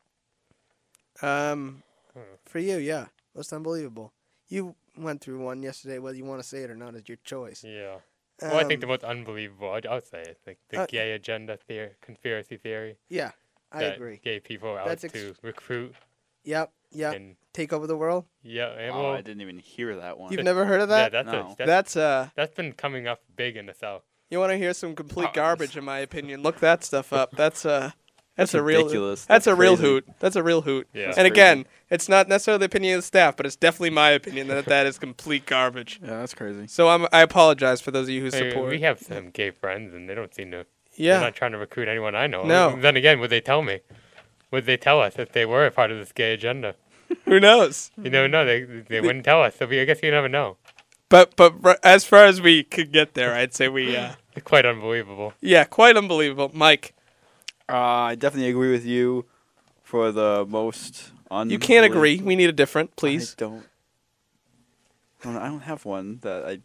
Speaker 1: Um,
Speaker 3: Hmm.
Speaker 1: for you, yeah, most unbelievable. You went through one yesterday. Whether you want to say it or not is your choice.
Speaker 3: Yeah. well, I think the
Speaker 1: Um,
Speaker 3: most unbelievable. I'd, I'd say it's like the
Speaker 1: uh,
Speaker 3: gay agenda theory, conspiracy theory.
Speaker 1: yeah, I
Speaker 3: that
Speaker 1: agree.
Speaker 3: Gay people are out
Speaker 1: That's ex-
Speaker 3: to recruit
Speaker 1: Yep, yep.
Speaker 3: and
Speaker 1: Take over the world.
Speaker 3: yeah. And,
Speaker 2: Oh,
Speaker 3: well,
Speaker 2: I didn't even hear that one.
Speaker 1: You've never heard of
Speaker 3: yeah,
Speaker 1: that?
Speaker 3: that's, a-
Speaker 2: No.
Speaker 3: that's
Speaker 1: that's uh,
Speaker 3: that's been coming up big in the south.
Speaker 1: you want to hear some complete
Speaker 2: Oh.
Speaker 1: garbage, in my opinion. Look that stuff up. That's uh, that's, a real.
Speaker 2: ridiculous.
Speaker 1: That's, a real
Speaker 2: crazy.
Speaker 1: hoot. That's a real hoot.
Speaker 3: Yeah. That's
Speaker 1: and
Speaker 2: crazy.
Speaker 1: again, it's not necessarily the opinion of the staff, but it's definitely my opinion that that is complete garbage.
Speaker 2: Yeah, that's crazy.
Speaker 1: So I'm, I apologize for those of you who
Speaker 3: Hey,
Speaker 1: support.
Speaker 3: we have some gay friends, and they don't seem to.
Speaker 1: yeah,
Speaker 3: They're not trying to recruit anyone I know.
Speaker 1: No.
Speaker 3: Then again, would they tell me? Would they tell us if they were a part of this gay agenda?
Speaker 1: who knows?
Speaker 3: You never know. They they wouldn't tell us. So we, I guess you never know.
Speaker 1: But but r- as far as we could get there, I'd say we. Uh,
Speaker 3: It's quite unbelievable.
Speaker 1: Yeah, quite unbelievable, Mike.
Speaker 2: Uh, I definitely agree with you for the most. Un-
Speaker 1: You can't agree. We need a different,
Speaker 2: Please
Speaker 1: please.
Speaker 2: I don't. I don't- I don't have one that I.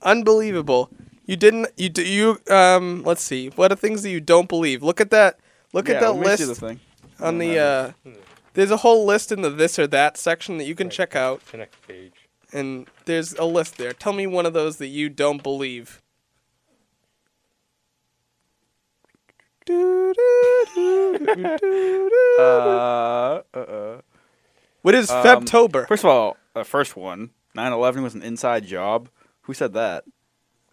Speaker 1: Unbelievable. You didn't. You do. You um. Let's see. What are things that you don't believe? Look at that. Look
Speaker 2: Yeah,
Speaker 1: at that
Speaker 2: let me see
Speaker 1: list
Speaker 2: the thing. [LAUGHS]
Speaker 1: on
Speaker 2: No,
Speaker 1: the. uh
Speaker 2: no,
Speaker 1: There's a whole list in the this or that section that you can
Speaker 3: Right.
Speaker 1: check out,
Speaker 3: The next page.
Speaker 1: and there's a list there. Tell me one of those that you don't believe.
Speaker 2: Uh, uh, uh.
Speaker 1: what is
Speaker 2: um,
Speaker 1: Febtober?
Speaker 2: First of all, the first one, 9/11 was an inside job. Who said that? [LAUGHS]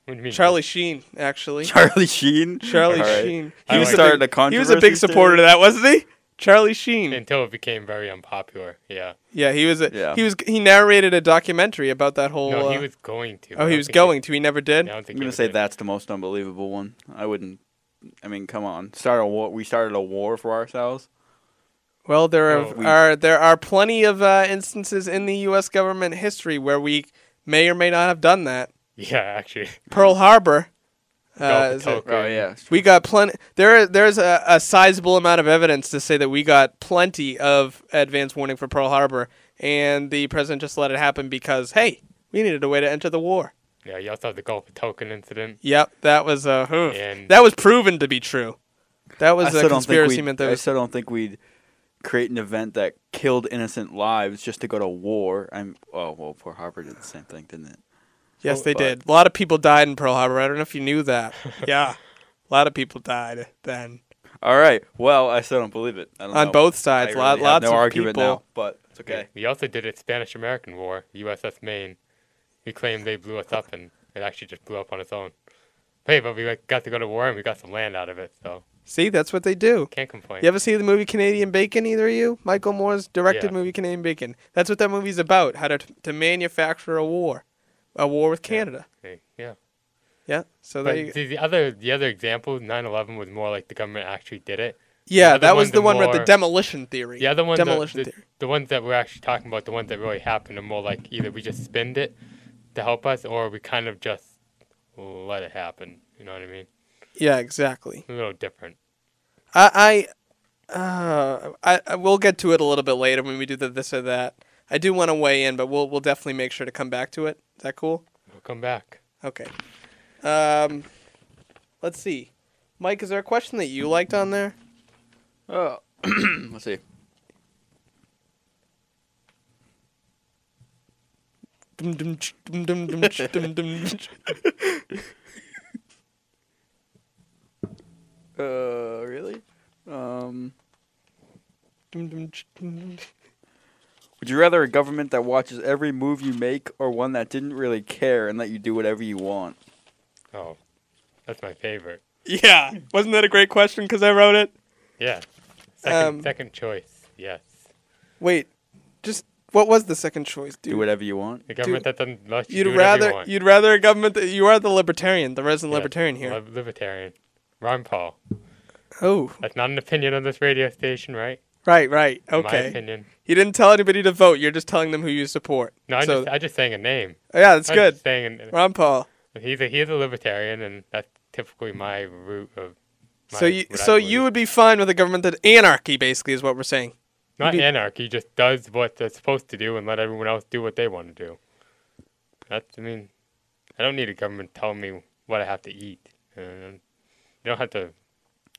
Speaker 3: What do you mean?
Speaker 1: Charlie Sheen, actually.
Speaker 2: Charlie Sheen.
Speaker 1: Charlie
Speaker 2: All right.
Speaker 1: Sheen.
Speaker 2: He
Speaker 3: I like
Speaker 2: started
Speaker 1: big,
Speaker 2: a controversy.
Speaker 1: He was a big supporter of
Speaker 2: too.
Speaker 1: that, wasn't he? Charlie Sheen.
Speaker 3: [LAUGHS] Until it became very unpopular. Yeah.
Speaker 1: Yeah, he was. A,
Speaker 2: Yeah.
Speaker 1: He was. He narrated a documentary about that whole.
Speaker 3: No, he
Speaker 1: uh,
Speaker 3: was going to. I
Speaker 1: oh,
Speaker 3: don't
Speaker 1: he was
Speaker 3: think
Speaker 1: going to. He never did.
Speaker 3: I don't
Speaker 2: I'm
Speaker 3: think he
Speaker 2: gonna
Speaker 3: was
Speaker 2: say
Speaker 3: in.
Speaker 2: that's the most unbelievable one. I wouldn't. I mean, come on. Start a war. We started a war for ourselves.
Speaker 1: Well, there are,
Speaker 3: No, we-
Speaker 1: are there are plenty of uh, instances in the U.S. government history where we may or may not have done that.
Speaker 3: Yeah, actually. [LAUGHS]
Speaker 1: Pearl Harbor.
Speaker 3: Gulf
Speaker 1: Uh,
Speaker 3: of
Speaker 1: is it-
Speaker 3: Tonkin.
Speaker 2: Oh yeah.
Speaker 1: we got plenty. There, there's a, a sizable amount of evidence to say that we got plenty of advance warning for Pearl Harbor, and the president just let it happen because hey, we needed a way to enter the war.
Speaker 3: Yeah, you also have the Gulf of Tonkin incident.
Speaker 1: Yep, that was uh, huh.
Speaker 3: And-
Speaker 1: that was proven to be true. That was
Speaker 2: I
Speaker 1: a
Speaker 2: still don't think
Speaker 1: conspiracy
Speaker 2: we.
Speaker 1: myth. That
Speaker 2: I
Speaker 1: was
Speaker 2: still don't think we'd create an event that killed innocent lives just to go to war. I'm. Oh well, poor Harper did the same thing, didn't it?
Speaker 1: yes, they
Speaker 2: but-
Speaker 1: did. A lot of people died in Pearl Harbor. I don't know if you knew
Speaker 2: [LAUGHS]
Speaker 1: that. yeah, a lot of people died then
Speaker 2: All right. Well, I still don't believe it. I don't
Speaker 1: on
Speaker 2: know.
Speaker 1: both
Speaker 2: I
Speaker 1: sides.
Speaker 2: really
Speaker 1: lot,
Speaker 2: have
Speaker 1: lots
Speaker 2: no
Speaker 1: of
Speaker 2: argument
Speaker 1: people.
Speaker 2: now, but it's okay.
Speaker 3: We also did a Spanish American War, USS Maine. We claimed they blew us up, and it actually just blew up on its own. Hey, but we like, got to go to war and we got some land out of it, so.
Speaker 1: See, that's what they do.
Speaker 3: Can't complain.
Speaker 1: You ever see the movie Canadian Bacon? Either of you? Michael Moore's directed
Speaker 3: Yeah.
Speaker 1: movie Canadian Bacon. That's what that movie's about. How to to manufacture a war, a war with
Speaker 3: Yeah.
Speaker 1: Canada.
Speaker 3: Hey, Yeah.
Speaker 1: Yeah. So
Speaker 3: But
Speaker 1: they.
Speaker 3: the, the other the other example, 9/11 was more like the government actually did it.
Speaker 1: yeah,
Speaker 3: other
Speaker 1: that was
Speaker 3: one,
Speaker 1: the
Speaker 3: the
Speaker 1: one with the
Speaker 3: more-
Speaker 1: demolition theory.
Speaker 3: The other one, the-
Speaker 1: demolition
Speaker 3: the,
Speaker 1: theory.
Speaker 3: the ones that we're actually talking about, the ones that really happened, are more like either we just spinned it to help us, or we kind of just let it happen. You know what I mean?
Speaker 1: Yeah, exactly.
Speaker 3: A little different.
Speaker 1: I, I, uh, I, I we'll get to it a little bit later when we do the this or that. I do want to weigh in, but we'll we'll definitely make sure to come back to it. Is that cool?
Speaker 3: We'll come back.
Speaker 1: Okay. Um, let's see. Mike, is there a question that you liked on there?
Speaker 2: Oh, [CLEARS THROAT] let's see.
Speaker 1: Dum dum ch- dum dum dum ch- dum dum ch-
Speaker 2: Uh, really? Um,
Speaker 1: dum dum ch- dum dum ch-
Speaker 2: would you rather a government that watches every move you make, or one that didn't really care and let you do whatever you want?
Speaker 3: Oh, that's my favorite.
Speaker 1: Yeah, wasn't that a great question? Because I wrote it.
Speaker 3: Yeah. Second,
Speaker 1: Um,
Speaker 3: second choice. Yes.
Speaker 1: Wait, just what was the second choice, dude?
Speaker 2: Do whatever you want.
Speaker 3: The government that doesn't let you
Speaker 1: You'd
Speaker 3: do whatever you
Speaker 1: rather
Speaker 3: want.
Speaker 1: you would rather a government that you are the libertarian, the resident
Speaker 3: Yeah,
Speaker 1: libertarian here.
Speaker 3: lib- libertarian. Ron Paul.
Speaker 1: oh,
Speaker 3: That's not an opinion on this radio station, right?
Speaker 1: right, right.
Speaker 3: My
Speaker 1: Okay.
Speaker 3: opinion.
Speaker 1: You didn't tell anybody to vote. You're just telling them who you support.
Speaker 3: No, I
Speaker 1: So-
Speaker 3: just I just saying a name.
Speaker 1: yeah, that's
Speaker 3: I'm
Speaker 1: good.
Speaker 3: Just saying an-
Speaker 1: Ron Paul.
Speaker 3: he's a he's a libertarian, and that's typically my root of. My,
Speaker 1: So you
Speaker 3: what I
Speaker 1: so you
Speaker 3: believe.
Speaker 1: would be fine with a government that anarchy basically is what we're saying.
Speaker 3: not
Speaker 1: be-
Speaker 3: anarchy just does what they're supposed to do and let everyone else do what they want to do. That's I mean, I don't need a government telling me what I have to eat. And you don't have to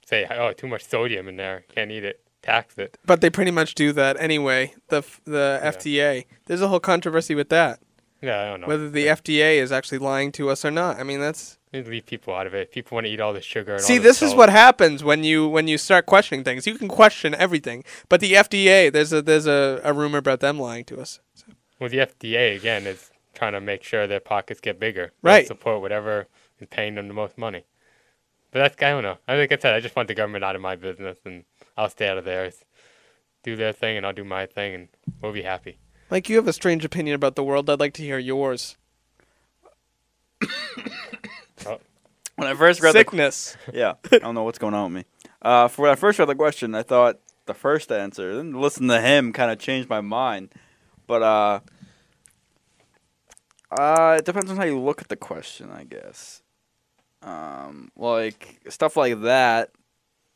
Speaker 3: say oh too much sodium in there, can't eat it, tax it.
Speaker 1: But they pretty much do that anyway. The f- the FDA. There's a whole controversy with that.
Speaker 3: Yeah, I don't know.
Speaker 1: Whether the FDA is actually lying to us or not. I mean, that's
Speaker 3: You leave people out of it. People want to eat all the sugar. And
Speaker 1: See,
Speaker 3: all the
Speaker 1: this is
Speaker 3: salt.
Speaker 1: what happens when you when you start questioning things. You can question everything, but the FDA, there's a there's a, a rumor about them lying to us.
Speaker 3: Well, the FDA again is trying to make sure their pockets get bigger. They'll
Speaker 1: Right.
Speaker 3: support whatever is paying them the most money. But that's I don't know. I like I said, I just want the government out of my business, and I'll stay out of theirs. Do their thing, and I'll do my thing, and we'll be happy.
Speaker 1: Mike, you have a strange opinion about the world. I'd like to hear yours.
Speaker 2: When I first read the
Speaker 1: Sickness.
Speaker 2: yeah, I don't know what's going on with me. Uh, for when I first read the question, I thought the first answer. Then listening to him kind of changed my mind. But uh, uh, it depends on how you look at the question, I guess. Um, like stuff like that.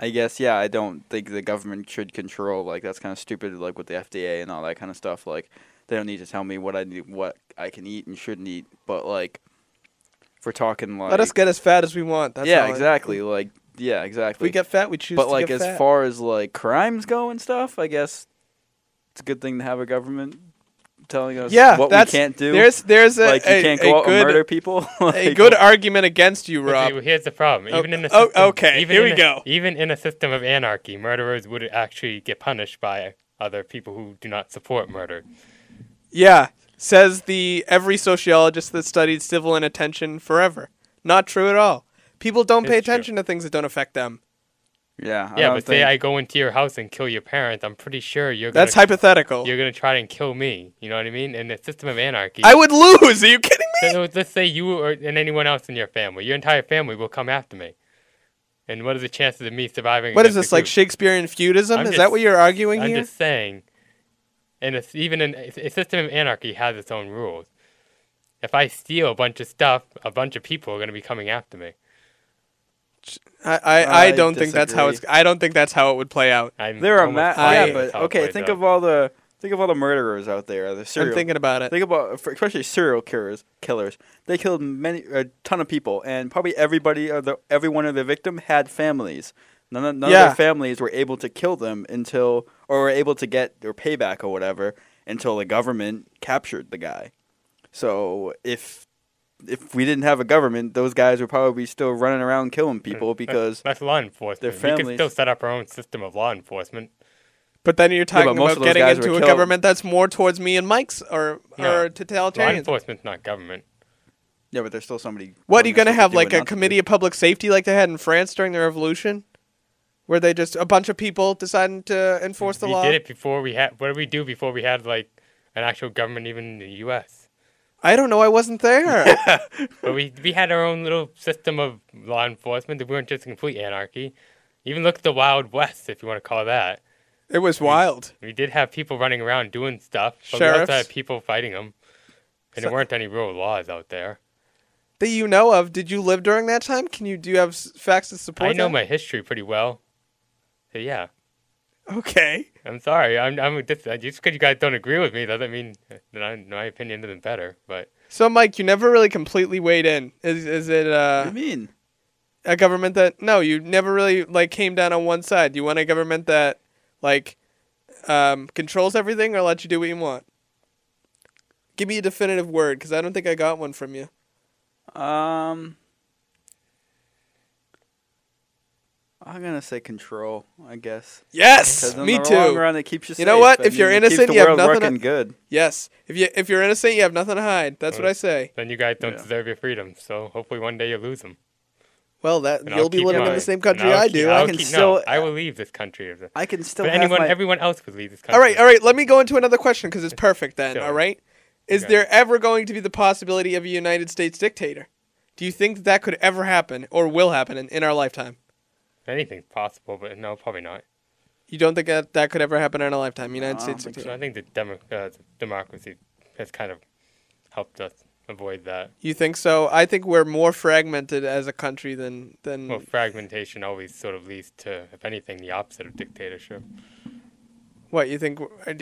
Speaker 2: I guess yeah. I don't think the government should control. Like that's kind of stupid. Like with the FDA and all that kind of stuff. Like they don't need to tell me what I need, what I can eat and shouldn't eat. But like, if we're talking like
Speaker 1: Let us get as fat as we want. That's
Speaker 2: yeah,
Speaker 1: all I-
Speaker 2: exactly. Like, yeah,
Speaker 1: If
Speaker 2: exactly.
Speaker 1: we get fat, we choose.
Speaker 2: but
Speaker 1: to
Speaker 2: like,
Speaker 1: get
Speaker 2: as
Speaker 1: fat.
Speaker 2: far as like crimes go and stuff, I guess it's a good thing to have a government telling us
Speaker 1: yeah,
Speaker 2: what
Speaker 1: that's,
Speaker 2: we can't do.
Speaker 1: There's there's a,
Speaker 2: like, you
Speaker 1: a-
Speaker 2: can't
Speaker 1: a
Speaker 2: go out
Speaker 1: good,
Speaker 2: and murder people. [LAUGHS]
Speaker 1: a
Speaker 2: Like,
Speaker 1: good argument against you,
Speaker 3: But see,
Speaker 1: Rob.
Speaker 3: here's the problem.
Speaker 1: Oh,
Speaker 3: Even in a
Speaker 1: oh,
Speaker 3: system,
Speaker 1: okay,
Speaker 3: Even
Speaker 1: here we
Speaker 3: in a-
Speaker 1: go.
Speaker 3: Even in a system of anarchy, murderers would actually get punished by other people who do not support murder.
Speaker 1: Yeah, says the every sociologist that studied civil inattention forever. Not true at all. People don't pay
Speaker 3: It's true.
Speaker 1: attention to things that don't affect them.
Speaker 2: yeah, I
Speaker 3: yeah,
Speaker 2: don't
Speaker 3: but say
Speaker 2: think,
Speaker 3: I go into your house and kill your parents. I'm pretty sure you're gonna
Speaker 1: That's hypothetical.
Speaker 3: you're gonna try and kill me. You know what I mean? In the system of anarchy,
Speaker 1: I would lose. Are you kidding me?
Speaker 3: so let's say you or and anyone else in your family, your entire family will come after me. And what are the chances of me surviving?
Speaker 1: What is
Speaker 3: against
Speaker 1: this
Speaker 3: the
Speaker 1: like
Speaker 3: group?
Speaker 1: Shakespearean feudism?
Speaker 3: I'm
Speaker 1: is that
Speaker 3: just-
Speaker 1: what you're arguing
Speaker 3: I'm
Speaker 1: here?
Speaker 3: just saying, and it's, even in a system of anarchy has its own rules. If I steal a bunch of stuff, a bunch of people are gonna be coming after me.
Speaker 1: I, I, I
Speaker 2: I
Speaker 1: don't think that's how it's.
Speaker 2: disagree.
Speaker 1: I don't think that's how it would play out.
Speaker 3: I'm
Speaker 2: there are ma-
Speaker 3: almost
Speaker 1: I-
Speaker 2: yeah,
Speaker 3: positive that's
Speaker 2: but
Speaker 3: how it
Speaker 2: okay.
Speaker 3: plays
Speaker 2: Think
Speaker 3: out.
Speaker 2: of all the think of all the murderers out there. The serial
Speaker 1: I'm thinking about it.
Speaker 2: Think about for- especially serial killers. Killers. They killed many a ton of people, and probably everybody, of the, every one of their victim had families. None, of, none
Speaker 1: Yeah.
Speaker 2: of their families were able to kill them until, or were able to get their payback or whatever until the government captured the guy. So if if we didn't have a government, those guys would probably be still running around
Speaker 1: [LAUGHS]
Speaker 2: killing people because
Speaker 3: that's law enforcement. We can
Speaker 2: families-
Speaker 3: still set up our own system of law enforcement.
Speaker 1: But then you're talking
Speaker 2: most
Speaker 1: about
Speaker 2: of those
Speaker 1: getting
Speaker 2: guys were
Speaker 1: into a
Speaker 2: killed.
Speaker 1: government that's more towards me and Mike's or
Speaker 3: No.
Speaker 1: or
Speaker 3: Law
Speaker 1: totalitarian.
Speaker 3: enforcement's not government.
Speaker 2: yeah, but there's still somebody.
Speaker 1: What
Speaker 2: telling
Speaker 1: are you
Speaker 2: us
Speaker 1: gonna
Speaker 2: to
Speaker 1: have
Speaker 2: do
Speaker 1: like
Speaker 2: and
Speaker 1: a
Speaker 2: not to do.
Speaker 1: committee of public safety like they had in France during the revolution? where they just a bunch of people deciding to enforce the
Speaker 3: we
Speaker 1: law.
Speaker 3: did it before we had. What did we do before we had like an actual government even in the U.S.
Speaker 1: I don't know. I wasn't
Speaker 2: [LAUGHS]
Speaker 1: there.
Speaker 3: But we we had our own little system of law enforcement. That we weren't just complete anarchy. Even look at the Wild West, if you want to call it that.
Speaker 1: it was wild.
Speaker 3: We did have people running around doing stuff, but we
Speaker 1: Sheriffs.
Speaker 3: also had people fighting them, and
Speaker 1: So-
Speaker 3: there weren't any real laws out there.
Speaker 1: That you know of? Did you live during that time? Can you do you have s- facts to support?
Speaker 3: I know
Speaker 1: that?
Speaker 3: my history pretty well. So yeah,
Speaker 1: Okay.
Speaker 3: I'm sorry. I'm I'm just just because you guys don't agree with me doesn't mean that I, my opinion isn't better. But
Speaker 1: So Mike, you never really completely weighed in. Is is it
Speaker 2: What
Speaker 1: uh,
Speaker 2: do you mean?
Speaker 1: a government that no, you never really like came down on one side. You want a government that like um, controls everything or lets you do what you want. Give me a definitive word because I don't think I got one from you.
Speaker 2: Um, I'm gonna say control. I guess.
Speaker 1: Yes,
Speaker 2: 'Cause in
Speaker 1: me
Speaker 2: the Long
Speaker 1: too.
Speaker 2: run, it keeps you.
Speaker 1: You know
Speaker 2: safe.
Speaker 1: what?
Speaker 2: I
Speaker 1: If
Speaker 2: mean,
Speaker 1: you're
Speaker 2: it
Speaker 1: innocent,
Speaker 2: keeps the
Speaker 1: you have
Speaker 2: world
Speaker 1: nothing to-
Speaker 2: working good.
Speaker 1: Yes, if you if you're innocent, you have nothing to hide. That's what I say.
Speaker 3: then you guys don't
Speaker 2: Yeah.
Speaker 3: deserve your freedom. So hopefully one day you lose them.
Speaker 1: Well, that
Speaker 3: And
Speaker 1: you'll
Speaker 3: I'll
Speaker 1: be
Speaker 3: keep
Speaker 1: living in
Speaker 3: mine.
Speaker 1: the same country
Speaker 3: And I'll
Speaker 1: I
Speaker 3: keep-
Speaker 1: do.
Speaker 3: I'll
Speaker 2: I can
Speaker 3: keep-
Speaker 2: still-
Speaker 3: No, I will leave this country. if the-
Speaker 2: I can still
Speaker 3: But
Speaker 2: have
Speaker 3: anyone,
Speaker 2: my.
Speaker 3: everyone else would leave this country.
Speaker 1: All right, all right. Let me go into another question because it's perfect. Then,
Speaker 3: Sure.
Speaker 1: all right, is
Speaker 3: Okay.
Speaker 1: there ever going to be the possibility of a United States dictator? Do you think that, that could ever happen or will happen in, in our lifetime?
Speaker 3: Anything's possible, but no, probably not.
Speaker 1: You don't think that that could ever happen in our lifetime?
Speaker 2: I
Speaker 1: United
Speaker 2: don't
Speaker 1: States
Speaker 2: think
Speaker 1: dictator.
Speaker 3: So I think the, demo, uh, the democracy has kind of helped us avoid that.
Speaker 1: You think so? I think we're more fragmented as a country than than.
Speaker 3: Well, fragmentation always sort of leads to, if anything, the opposite of dictatorship.
Speaker 1: What you think?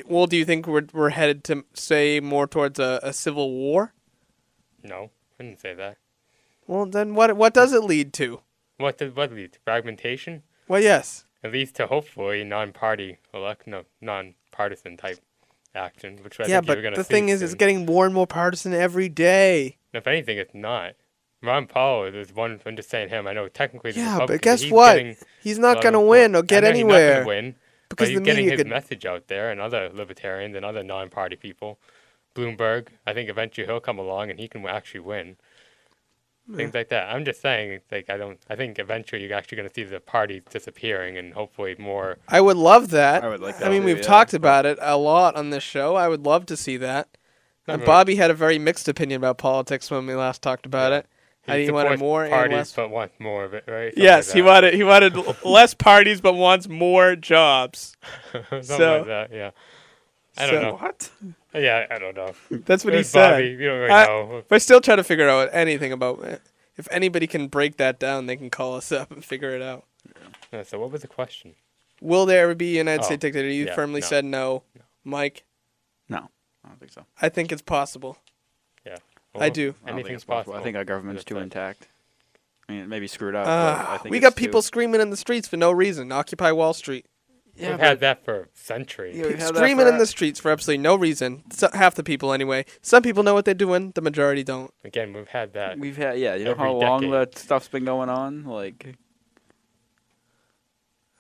Speaker 1: Well, do you think we're we're headed to say more towards a, a civil war?
Speaker 3: No, I didn't say that.
Speaker 1: Well, then what what does it lead to?
Speaker 3: What does what leads to fragmentation?
Speaker 1: Well, yes.
Speaker 3: It leads to hopefully non-party elect, no, non-partisan type action, which I
Speaker 1: yeah,
Speaker 3: think you're
Speaker 1: but
Speaker 3: gonna
Speaker 1: the
Speaker 3: see
Speaker 1: thing is, it's
Speaker 3: soon.
Speaker 1: getting more and more partisan every day.
Speaker 3: If anything, it's not. Ron Paul is- is one. I'm just saying him. I know technically. the
Speaker 1: Yeah,
Speaker 3: Republican,
Speaker 1: but guess
Speaker 3: he's
Speaker 1: what?
Speaker 3: getting
Speaker 1: He's
Speaker 3: a
Speaker 1: not
Speaker 3: lot
Speaker 1: going to
Speaker 3: of-
Speaker 1: win or
Speaker 3: I
Speaker 1: get
Speaker 3: know he's not gonna
Speaker 1: anywhere
Speaker 3: win,
Speaker 1: because
Speaker 3: but
Speaker 1: the
Speaker 3: he's getting
Speaker 1: media
Speaker 3: his
Speaker 1: could.
Speaker 3: message out there, and other libertarians and other non-party people. Bloomberg, I think eventually he'll come along and he can actually win.
Speaker 1: Hmm.
Speaker 3: Things like that. I'm just saying, it's like I don't. I think eventually you're actually going to see the party disappearing, and hopefully more.
Speaker 1: I would love that.
Speaker 2: I would like
Speaker 1: I
Speaker 2: that
Speaker 1: mean,
Speaker 2: too,
Speaker 1: we've
Speaker 2: yeah.
Speaker 1: talked about it a lot on this show. I would love to see that.
Speaker 3: Not
Speaker 1: And
Speaker 3: really.
Speaker 1: Bobby had a very mixed opinion about politics when we last talked about it.
Speaker 3: he
Speaker 1: How do you want it
Speaker 3: supports
Speaker 1: more and
Speaker 3: parties,
Speaker 1: less?
Speaker 3: but wants more of it, right? Something
Speaker 1: Yes,
Speaker 3: like
Speaker 1: he
Speaker 3: that.
Speaker 1: wanted he
Speaker 3: [LAUGHS]
Speaker 1: wanted l- less parties but wants more jobs.
Speaker 3: [LAUGHS] Something
Speaker 1: So-
Speaker 3: like that. Yeah. I don't
Speaker 1: So-
Speaker 3: know.
Speaker 2: What?
Speaker 3: Yeah, I don't know.
Speaker 1: That's what he
Speaker 3: It's
Speaker 1: said.
Speaker 3: Bobby. You don't really
Speaker 1: I-
Speaker 3: know.
Speaker 1: But still trying to figure out anything about it. If anybody can break that down, they can call us up and figure it out.
Speaker 3: Uh, So what was the question?
Speaker 1: Will there ever be a United
Speaker 3: Oh,
Speaker 1: States dictator? You
Speaker 3: yeah,
Speaker 1: firmly
Speaker 3: no.
Speaker 1: said no. Mike,
Speaker 2: No, I don't think so.
Speaker 1: I think it's possible. I do.
Speaker 3: Well,
Speaker 2: I don't think
Speaker 3: Anything's
Speaker 2: it's possible.
Speaker 3: possible.
Speaker 2: I think our government's
Speaker 3: Just
Speaker 2: too
Speaker 3: like-
Speaker 2: intact. I mean, it may be screwed up. but I
Speaker 1: Ah,
Speaker 2: think
Speaker 1: we
Speaker 2: it's
Speaker 1: got
Speaker 2: too-
Speaker 1: people screaming in the streets for no reason. Occupy Wall Street.
Speaker 2: Yeah,
Speaker 3: We've
Speaker 2: but-
Speaker 3: had that for centuries.
Speaker 2: Yeah, we've had that
Speaker 1: Screaming
Speaker 2: for-
Speaker 1: in the streets for absolutely no reason. So, half the people, anyway. Some people know what they're doing. The majority don't.
Speaker 3: Again, we've had that.
Speaker 2: We've had yeah, you know
Speaker 3: every
Speaker 2: how long
Speaker 3: decade.
Speaker 2: that stuff's been going on, like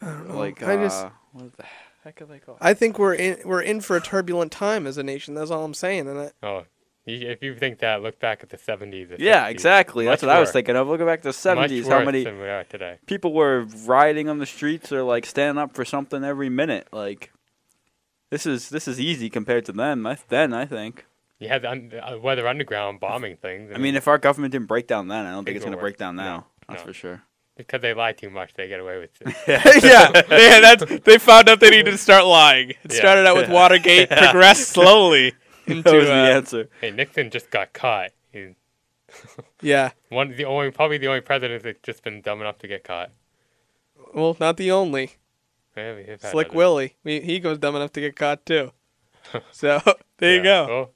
Speaker 1: I don't know.
Speaker 2: like
Speaker 1: I just,
Speaker 2: uh, what the heck are they called?
Speaker 1: I think we're in, we're in for a turbulent time as a nation. That's all I'm saying. And I,
Speaker 3: Oh, you, if you think that, look back at the 70s. the
Speaker 2: yeah,
Speaker 3: 60s.
Speaker 2: exactly. That's
Speaker 3: Much
Speaker 2: what I was
Speaker 3: worse.
Speaker 2: thinking of. Looking back to the
Speaker 3: Much
Speaker 2: seventies, how
Speaker 3: worse
Speaker 2: many
Speaker 3: than we are today.
Speaker 2: people were rioting on the streets or like standing up for something every minute. Like this is this is easy compared to them. I, then I think.
Speaker 3: You had the un- uh, weather underground bombing things.
Speaker 2: I mean, if our government didn't break down then, I don't think
Speaker 3: Things
Speaker 2: it's going
Speaker 3: were
Speaker 2: to
Speaker 3: worse.
Speaker 2: break down
Speaker 3: No,
Speaker 2: now. That's
Speaker 3: no.
Speaker 1: [LAUGHS]
Speaker 2: for sure. [LAUGHS]
Speaker 3: because they lie too much, they get away with it.
Speaker 1: [LAUGHS] yeah, they, that's, they found out they needed to start lying. It
Speaker 3: Yeah.
Speaker 1: started [LAUGHS] out with Watergate, progressed slowly into.
Speaker 2: that was the
Speaker 1: uh,
Speaker 2: answer. [LAUGHS]
Speaker 3: hey, Nixon just got caught. He's
Speaker 1: yeah,
Speaker 3: one of the only, probably the only president that's just been dumb enough to get caught.
Speaker 1: well, not the only.
Speaker 3: Yeah, we've had
Speaker 1: Slick
Speaker 3: others.
Speaker 1: Willie, we, he goes dumb enough to get caught [LAUGHS] too. So there you
Speaker 3: Yeah, Oh,
Speaker 1: go.
Speaker 3: well,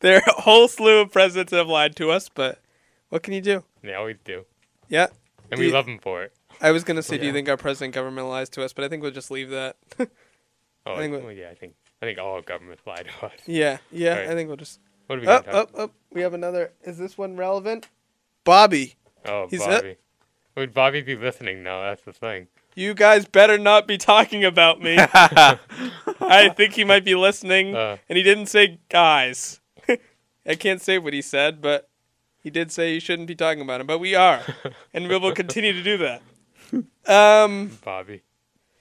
Speaker 1: There are a whole slew of presidents that have lied to us, but what can you do?
Speaker 3: they always do,
Speaker 1: Yeah,
Speaker 3: and
Speaker 1: Do
Speaker 3: we
Speaker 1: you-
Speaker 3: love them for it.
Speaker 1: I was gonna say, do you
Speaker 3: Yeah.
Speaker 1: think our president government lies to us? But I think we'll just leave that. [LAUGHS]
Speaker 3: Oh,
Speaker 1: I think we-
Speaker 3: well, yeah, I think I think all governments lie to us.
Speaker 1: yeah, yeah,
Speaker 3: Right.
Speaker 1: I think we'll just.
Speaker 3: What are we
Speaker 1: Up,
Speaker 3: gonna
Speaker 1: up,
Speaker 3: talk?
Speaker 1: up. We have another. Is this one relevant? Bobby,
Speaker 3: Oh,
Speaker 1: He's up.
Speaker 3: Bobby. Would Bobby be listening now? That's the thing.
Speaker 1: you guys better not be talking about
Speaker 2: [LAUGHS]
Speaker 1: me. I think he might be listening,
Speaker 3: Uh.
Speaker 1: and he didn't say guys. [LAUGHS] I can't say what he said,
Speaker 2: [LAUGHS]
Speaker 1: but he did say you shouldn't be talking about him. But we are, and we will continue to do that. Um,
Speaker 3: Bobby.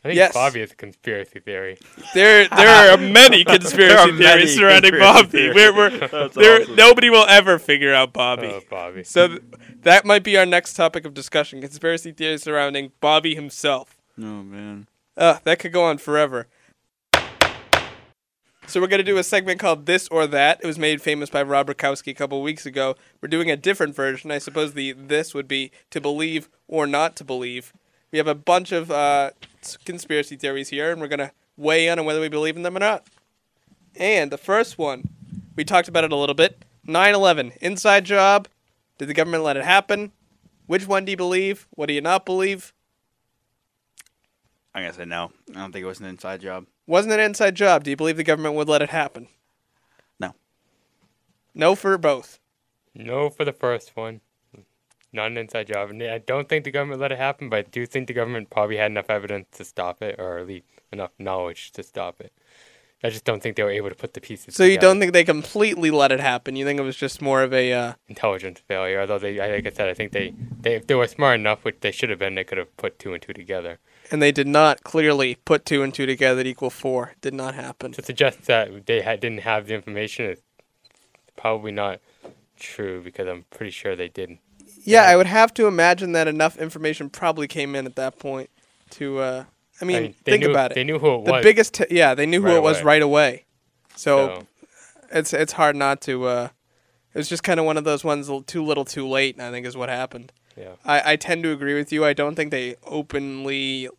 Speaker 3: I think
Speaker 1: Yes.
Speaker 3: Bobby is a conspiracy theory.
Speaker 1: there there are many conspiracy
Speaker 2: [LAUGHS] There are
Speaker 1: theories
Speaker 2: many
Speaker 1: surrounding
Speaker 2: conspiracy
Speaker 1: Bobby.
Speaker 2: theories.
Speaker 1: We're, we're,
Speaker 2: [LAUGHS] That's
Speaker 1: there,
Speaker 2: awesome.
Speaker 1: Nobody will ever figure out Bobby.
Speaker 3: Oh, Bobby.
Speaker 1: So th- that might be our next topic of discussion: conspiracy theories surrounding Bobby himself.
Speaker 2: No man.
Speaker 1: Uh, that could go on forever. So we're gonna do a segment called "This or That." It was made famous by Rob Rakowski a couple weeks ago. We're doing a different version. I suppose the "this" would be to believe or not to believe. We have a bunch of uh, s- conspiracy theories here, and we're gonna weigh in on whether we believe in them or not. And the first one, we talked about it a little bit: 9/11, inside job. Did the government let it happen? Which one do you believe? What do you not believe?
Speaker 2: I'm gonna say no. I don't think it was an inside job.
Speaker 1: Wasn't it an inside job? Do you believe the government would let it happen?
Speaker 2: No.
Speaker 1: No for both.
Speaker 3: No for the first one. Not an inside job. And I don't think the government let it happen, but I do think the government probably had enough evidence to stop it, or at least enough knowledge to stop it. I just don't think they were able to put the pieces
Speaker 1: So you
Speaker 3: together.
Speaker 1: don't think they completely let it happen? You think it was just more of a uh,
Speaker 3: intelligence failure. Although they, I- like I said, I think they, they, if they were smart enough, which they should have been, they could have put two and two together.
Speaker 1: and they did not clearly put two and two together to equal four. Did not happen.
Speaker 3: To suggest that they had, didn't have the information is probably not true because I'm pretty sure they didn't.
Speaker 1: Yeah, I would have to imagine that enough information probably came in at that point to. Uh, I mean,
Speaker 3: they
Speaker 1: think
Speaker 3: knew,
Speaker 1: about
Speaker 3: They
Speaker 1: it.
Speaker 3: knew who it
Speaker 1: The
Speaker 3: was.
Speaker 1: biggest, t- yeah, they knew who
Speaker 3: Right
Speaker 1: it was
Speaker 3: away.
Speaker 1: right away. So,
Speaker 3: so
Speaker 1: it's it's hard not to. Uh, it was just kind of one of those ones l- too little, too late. I think is what happened.
Speaker 3: yeah.
Speaker 1: I, I tend to agree with you. I don't think they openly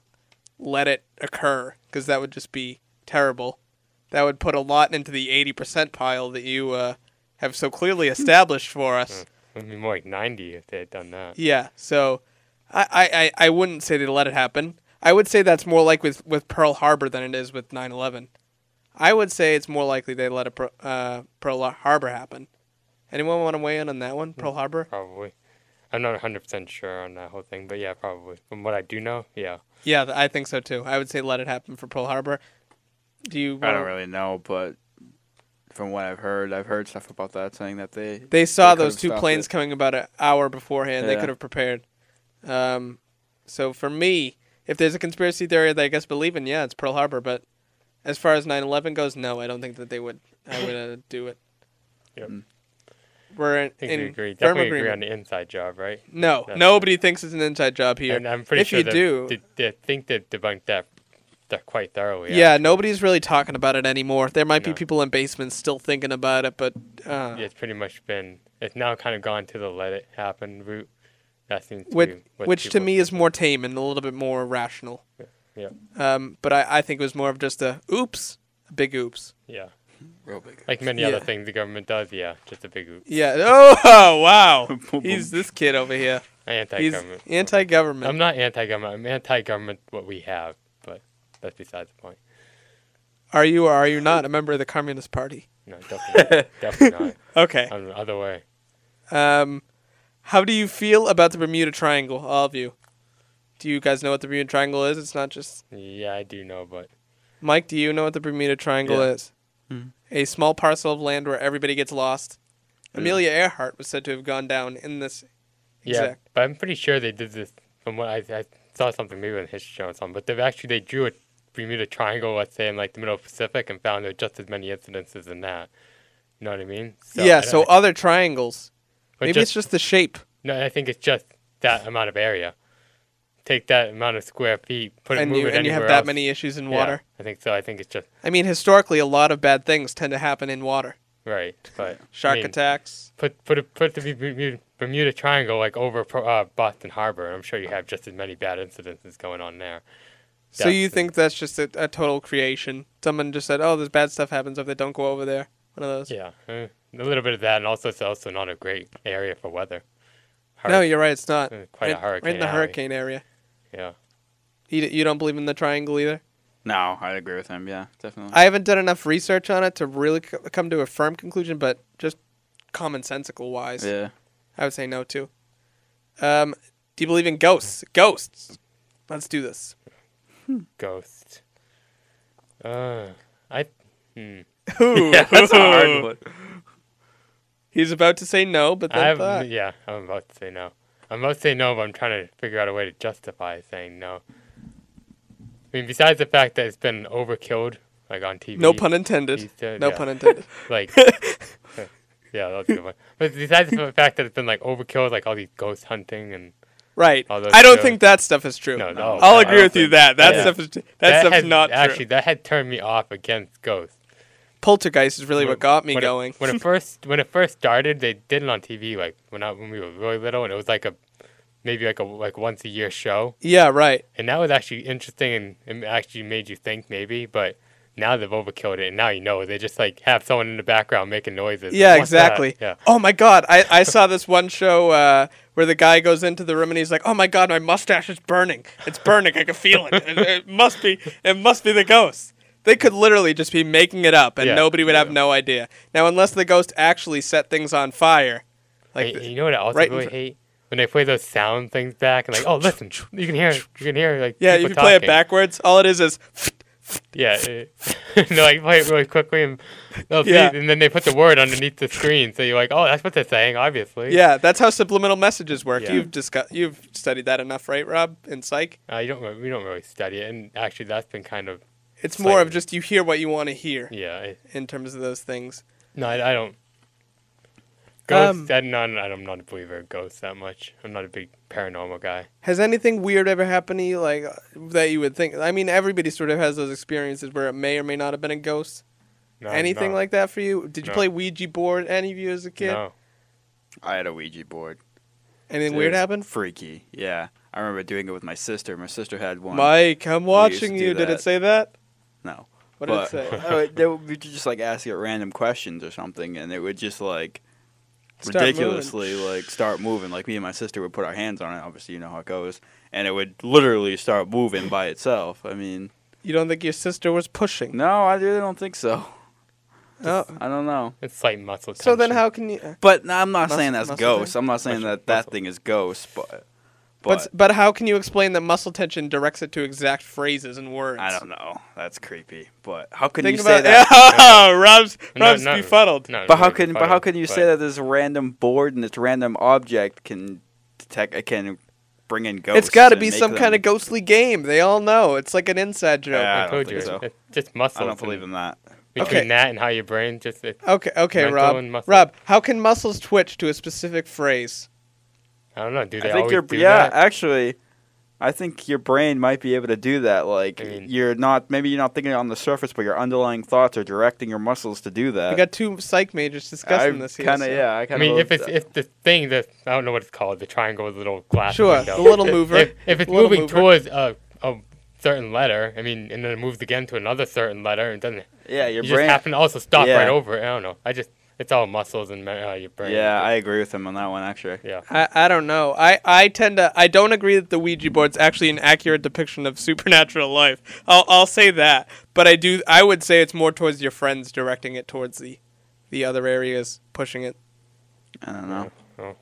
Speaker 1: let it occur because that would just be terrible. That would put a lot into the 80% pile that you uh, have so clearly established for us.
Speaker 3: It would be more like 90 if they had done that.
Speaker 1: Yeah, so I, I, I I wouldn't say they let it happen. I would say that's more like with, with Pearl Harbor than it is with 9 11. I would say it's more likely they let a Pearl, uh, Pearl Harbor happen. Anyone want to weigh in on that one? Pearl Harbor?
Speaker 3: Probably. I'm not 100% sure on that whole thing, but yeah, probably. From what I do know, yeah.
Speaker 1: Yeah, th- I think so too. I would say let it happen for Pearl Harbor. Do you?
Speaker 2: I don't
Speaker 1: wanna-
Speaker 2: really know, but from what I've heard, I've heard stuff about that saying that they
Speaker 1: They saw
Speaker 2: They
Speaker 1: those
Speaker 2: could've
Speaker 1: two
Speaker 2: stopped
Speaker 1: planes
Speaker 2: it.
Speaker 1: coming about an hour beforehand. They
Speaker 2: Yeah.
Speaker 1: could have prepared. Um, so for me, if there's a conspiracy theory that I guess believe in, yeah, it's Pearl Harbor. But as far as 9/11 goes, no, I don't think that they would.
Speaker 3: [LAUGHS]
Speaker 1: I would uh, do it.
Speaker 3: Yep.
Speaker 2: Mm.
Speaker 1: We're in,
Speaker 3: I think we
Speaker 1: in
Speaker 3: agree.
Speaker 1: firm
Speaker 3: Definitely agree on
Speaker 1: agreement.
Speaker 3: the inside job, right?
Speaker 1: No,
Speaker 3: That's-
Speaker 1: nobody thinks it's an inside job here.
Speaker 3: And I'm pretty
Speaker 1: if
Speaker 3: sure
Speaker 1: you
Speaker 3: they've-
Speaker 1: do,
Speaker 3: They, they think they've debunked that, that quite thoroughly.
Speaker 1: yeah,
Speaker 3: actually.
Speaker 1: nobody's really talking about it anymore. There might be
Speaker 3: No.
Speaker 1: people in basements still thinking about it, but uh,
Speaker 3: Yeah, it's pretty much been. It's now kind of gone to the let it happen route. That seems to
Speaker 1: which,
Speaker 3: be what
Speaker 1: which to
Speaker 3: people-
Speaker 1: me is more tame and a little bit more rational.
Speaker 3: Yeah.
Speaker 1: Um, but I, I think it was more of just a oops, a big oops.
Speaker 3: Yeah.
Speaker 2: real big.
Speaker 3: Like many
Speaker 1: Yeah.
Speaker 3: other things the government does, yeah. Just a big oop.
Speaker 1: Yeah. [LAUGHS] Oh,
Speaker 3: [LAUGHS]
Speaker 1: wow. He's this kid over here.
Speaker 3: Anti
Speaker 1: He's
Speaker 3: government.
Speaker 1: anti-government.
Speaker 3: I'm not anti government. I'm anti government what we have, but that's besides the point.
Speaker 1: Are you or are you not a member of the Communist Party?
Speaker 3: No,
Speaker 1: [LAUGHS]
Speaker 3: definitely not. definitely not.
Speaker 1: Okay.
Speaker 3: I'm the other way.
Speaker 1: Um, how do you feel about the Bermuda Triangle, all of you? Do you guys know what the Bermuda Triangle is? It's not just
Speaker 3: Yeah, I do know, but
Speaker 1: Mike. Do you know what the Bermuda Triangle
Speaker 2: Yeah.
Speaker 1: is?
Speaker 2: Hmm.
Speaker 1: A small parcel of land where everybody gets lost.
Speaker 2: Yeah.
Speaker 1: Amelia Earhart was said to have gone down in this
Speaker 3: yeah,
Speaker 1: exact.
Speaker 3: but I'm pretty sure they did this from what I, I saw something maybe on History Channel or something. But they've actually they drew a Bermuda Triangle, let's say in like the Middle Pacific, and found there were just as many incidences in that. You know what I mean?
Speaker 1: yeah,
Speaker 3: I don't-
Speaker 1: so other triangles.
Speaker 3: but
Speaker 1: Maybe it's just the shape.
Speaker 3: no. I think it's just that amount of area. Take that amount of square feet, put it,
Speaker 1: and
Speaker 3: move
Speaker 1: you
Speaker 3: it
Speaker 1: and you have
Speaker 3: anywhere
Speaker 1: that
Speaker 3: else.
Speaker 1: many issues in
Speaker 3: Yeah,
Speaker 1: water.
Speaker 3: I think so. I think it's just
Speaker 1: I mean, historically, a lot of bad things tend to happen in water.
Speaker 3: right, but I
Speaker 1: Shark
Speaker 3: mean,
Speaker 1: attacks.
Speaker 3: Put put a, put the Bermuda, Bermuda Triangle like over Pro- uh, Boston Harbor, and I'm sure you have just as many bad incidences going on there.
Speaker 1: So you
Speaker 3: deaths and-
Speaker 1: think that's just a, a total creation? Someone just said, "Oh, this bad stuff happens if they don't go over there." One of those.
Speaker 3: Yeah, eh, a little bit of that, and also it's also not a great area for weather.
Speaker 1: No,
Speaker 3: Hurri-
Speaker 1: you're right. It's not.
Speaker 3: Uh, quite a
Speaker 1: right, Right in
Speaker 3: hurricane
Speaker 1: the
Speaker 3: alley.
Speaker 1: hurricane area.
Speaker 3: yeah,
Speaker 1: You, you don't believe in the triangle either.
Speaker 2: No, I agree with him. Yeah, definitely.
Speaker 1: I haven't done enough research on it to really c- come to a firm conclusion, but just commonsensical wise,
Speaker 2: yeah,
Speaker 1: I would say no too. Um, do you believe in ghosts? Ghosts. Let's do this.
Speaker 3: ghost. Uh, I hmm.
Speaker 1: [LAUGHS]
Speaker 2: yeah, that's a [LAUGHS] hard one.
Speaker 1: He's about to say no, but then
Speaker 3: I have
Speaker 1: thought.
Speaker 3: yeah. I'm about to say no. I must say no, but I'm trying to figure out a way to justify saying no. I mean, besides the fact that it's been overkilled, like on TV.
Speaker 1: No pun intended.
Speaker 3: these days,
Speaker 1: No
Speaker 3: yeah,
Speaker 1: pun
Speaker 3: [LAUGHS]
Speaker 1: intended. [LAUGHS]
Speaker 3: Like, yeah, that's a good one. But besides the fact that it's been like overkilled, like all these ghost hunting and
Speaker 1: right.
Speaker 3: Although
Speaker 1: I don't
Speaker 3: the-
Speaker 1: think that stuff is true.
Speaker 3: no, no,
Speaker 2: No.
Speaker 1: I'll
Speaker 2: I
Speaker 1: agree
Speaker 2: don't
Speaker 1: with you
Speaker 2: think-
Speaker 1: that that
Speaker 3: yeah.
Speaker 1: stuff's that, stuff's
Speaker 3: has-
Speaker 1: not
Speaker 3: actually
Speaker 1: true.
Speaker 3: that had turned me off against ghosts.
Speaker 1: Poltergeist is really what got me
Speaker 3: when
Speaker 1: going. [LAUGHS]
Speaker 3: It, when it first when it first started, they did it on TV like when I, when we were really little, and it was like a maybe like a like once a year show,
Speaker 1: yeah, right.
Speaker 3: and that was actually interesting and, and actually made you think maybe, but. Now they've overkilled it, and now you know they just like have someone in the background making noises.
Speaker 1: Yeah,
Speaker 3: What's that?
Speaker 1: exactly.
Speaker 3: Yeah,
Speaker 1: Oh my god, I, I saw this one show uh, where the guy goes into the room and he's like, "Oh my god, my mustache is burning. It's burning. I can feel it. It, it must be. It must be the ghost." They could literally just be making it up, and
Speaker 3: Yeah,
Speaker 1: nobody would have
Speaker 2: yeah.
Speaker 1: no idea. Now, unless the ghost actually set things on fire, like
Speaker 3: And- and you know what I also
Speaker 1: right in
Speaker 3: really
Speaker 1: fr-
Speaker 3: hate when they play those sound things back and like,
Speaker 1: [LAUGHS]
Speaker 3: oh, listen, you can hear, it. you can hear like
Speaker 1: yeah, if
Speaker 3: people
Speaker 1: you play it
Speaker 3: talking.
Speaker 1: backwards, all it is is
Speaker 3: Yeah, [LAUGHS] it, no, like play it really quickly and they'll see
Speaker 1: Yeah.
Speaker 3: it, and then they put the word underneath the screen, so you're like, oh, that's what they're saying, obviously.
Speaker 1: yeah. That's how subliminal messages work.
Speaker 3: Yeah.
Speaker 1: You've discussed, you've studied that enough, right, Rob? In psych,
Speaker 3: uh, you don't re- we don't really study it, and actually that's been kind of
Speaker 1: it's more of
Speaker 3: Slightly.
Speaker 1: just you hear what you want to hear
Speaker 3: yeah. I,
Speaker 1: in terms of those things.
Speaker 3: no, I, I don't.
Speaker 1: Um,
Speaker 3: Ghosts. I'm not. I'm not a believer of ghosts that much. I'm not a big paranormal guy.
Speaker 1: Has anything weird ever happened to you, like that you would think? I mean, everybody sort of has those experiences where it may or may not have been a ghost.
Speaker 3: No,
Speaker 1: anything
Speaker 3: no,
Speaker 1: like that for you? Did you
Speaker 3: No.
Speaker 1: play Ouija board? Any of you as a kid?
Speaker 3: No.
Speaker 2: I had a Ouija board.
Speaker 1: Anything
Speaker 2: It
Speaker 1: weird
Speaker 2: was
Speaker 1: happen?
Speaker 2: Freaky. Yeah. I remember doing it with my sister. My sister had one.
Speaker 1: Mike, I'm
Speaker 2: used to
Speaker 1: watching
Speaker 2: do
Speaker 1: you. Did it
Speaker 2: that.
Speaker 1: say that?
Speaker 2: no.
Speaker 1: What
Speaker 2: but,
Speaker 1: did it
Speaker 2: [LAUGHS]
Speaker 1: say?
Speaker 2: uh, they would be just like asking it random questions or something, and it would just like
Speaker 1: Start moving.
Speaker 2: ridiculously like start moving. Like me and my sister would put our hands on it. Obviously, you know how it goes, and it would literally start moving by itself. I mean,
Speaker 1: You don't think your sister was pushing?
Speaker 2: no, I really don't think so.
Speaker 1: Oh.
Speaker 2: I don't know.
Speaker 3: It's slight muscle.
Speaker 1: So then,
Speaker 3: tension.
Speaker 1: how can you? uh, But
Speaker 2: But no, I'm not
Speaker 1: Muscle-
Speaker 2: saying that's
Speaker 1: muscle
Speaker 2: ghosts.
Speaker 1: thing?
Speaker 2: I'm not saying
Speaker 3: Muscle-
Speaker 2: that that
Speaker 3: muscle.
Speaker 2: thing is ghosts, but
Speaker 1: but,
Speaker 2: but,
Speaker 1: how can you explain that muscle tension directs it to exact phrases and words?
Speaker 2: I don't know. That's creepy. But how can
Speaker 1: Think
Speaker 2: you
Speaker 1: about
Speaker 2: say that?
Speaker 1: [LAUGHS] Yeah, Rob's
Speaker 3: No,
Speaker 1: Rob's
Speaker 3: no,
Speaker 1: befuddled.
Speaker 3: no,
Speaker 2: [LAUGHS] But how
Speaker 3: really
Speaker 2: can but how
Speaker 3: befuddled,
Speaker 2: can you
Speaker 3: but-
Speaker 2: say that this random board and this random object can detect it can bring in ghosts?
Speaker 1: It's got to
Speaker 2: and
Speaker 1: be
Speaker 2: make
Speaker 1: some kind
Speaker 2: them-
Speaker 1: of ghostly game. They all know. It's like an inside joke.
Speaker 2: Yeah. I
Speaker 3: I,
Speaker 2: don't
Speaker 3: told
Speaker 2: think
Speaker 3: you,
Speaker 2: so.
Speaker 3: it's just muscle.
Speaker 2: I don't believe in that.
Speaker 3: Between
Speaker 1: Okay.
Speaker 3: that and how your brain just it,
Speaker 1: Okay, okay,
Speaker 3: Mental
Speaker 1: Rob.
Speaker 3: and muscle.
Speaker 1: Rob, how can muscles twitch to a specific phrase?
Speaker 3: I don't know. Do they
Speaker 2: I think
Speaker 3: always
Speaker 2: your
Speaker 3: do
Speaker 2: yeah,
Speaker 3: that?
Speaker 2: actually, I think your brain might be able to do that. Like
Speaker 3: I mean-
Speaker 2: you're not maybe you're not thinking on the surface, but your underlying thoughts are directing your muscles to do that.
Speaker 1: We got two psych majors discussing
Speaker 2: Uh, I
Speaker 1: this here.
Speaker 2: kind of
Speaker 1: so-
Speaker 2: yeah. I
Speaker 3: I
Speaker 2: kind of
Speaker 3: mean, if it's if the thing that I don't know what it's called, the triangle with the little glass.
Speaker 1: Sure,
Speaker 3: window.
Speaker 1: the little mover.
Speaker 3: If, if it's
Speaker 1: Little
Speaker 3: moving
Speaker 1: mover.
Speaker 3: towards a, a certain letter, I mean, and then it moves again to another certain letter, and doesn't
Speaker 2: yeah, your
Speaker 3: you
Speaker 2: brain.
Speaker 3: just happen to also stop
Speaker 2: yeah.
Speaker 3: right over it? I don't know. I just it's all muscles and me- uh, your brain.
Speaker 2: yeah, I agree with him on that one actually.
Speaker 3: yeah.
Speaker 1: I, I don't know. I, I tend to I don't agree that the Ouija board's actually an accurate depiction of [LAUGHS] supernatural life. I'll I'll say that, but I do I would say it's more towards your friends directing it towards the the other areas pushing it.
Speaker 2: I don't know.
Speaker 3: Oh.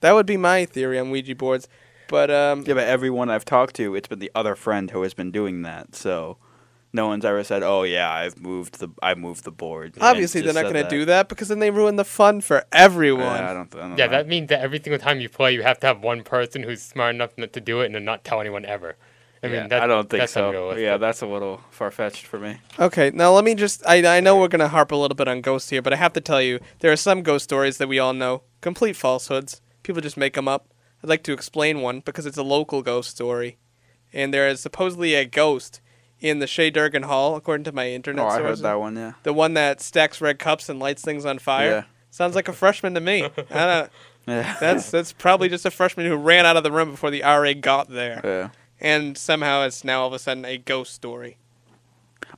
Speaker 1: That would be my theory on Ouija boards. But um
Speaker 2: Yeah, but everyone I've talked to, it's been the other friend who has been doing that. So no one's ever said, "Oh yeah, I've moved the I moved the board." and
Speaker 1: obviously they're
Speaker 2: just
Speaker 1: not
Speaker 2: said
Speaker 1: going to do that because then they ruin the fun for everyone.
Speaker 2: Yeah, I don't, I don't
Speaker 3: Yeah,
Speaker 2: know.
Speaker 3: that means that every single time you play, you have to have one person who's smart enough not to do it and then not tell anyone ever. I mean,
Speaker 2: Yeah,
Speaker 3: that's,
Speaker 2: I don't think
Speaker 3: that's
Speaker 2: so.
Speaker 3: unrealistic.
Speaker 2: Yeah, that's a little far fetched for me.
Speaker 1: Okay, now let me just. I, I know we're going to harp a little bit on ghosts here, but I have to tell you, there are some ghost stories that we all know. Complete falsehoods. People just make them up. I'd like to explain one because it's a local ghost story. And there is supposedly a ghost in the Shea Durgan Hall, according to my internet
Speaker 2: Oh, I heard
Speaker 1: sources.
Speaker 2: that one. Yeah. [LAUGHS]
Speaker 1: The one that stacks red cups and lights things on fire.
Speaker 2: Yeah.
Speaker 1: Sounds like a freshman to me. I don't,
Speaker 2: Yeah.
Speaker 1: that's, that's probably just a freshman who ran out of the room before the RA got there.
Speaker 2: yeah.
Speaker 1: And somehow it's now all of a sudden a ghost story.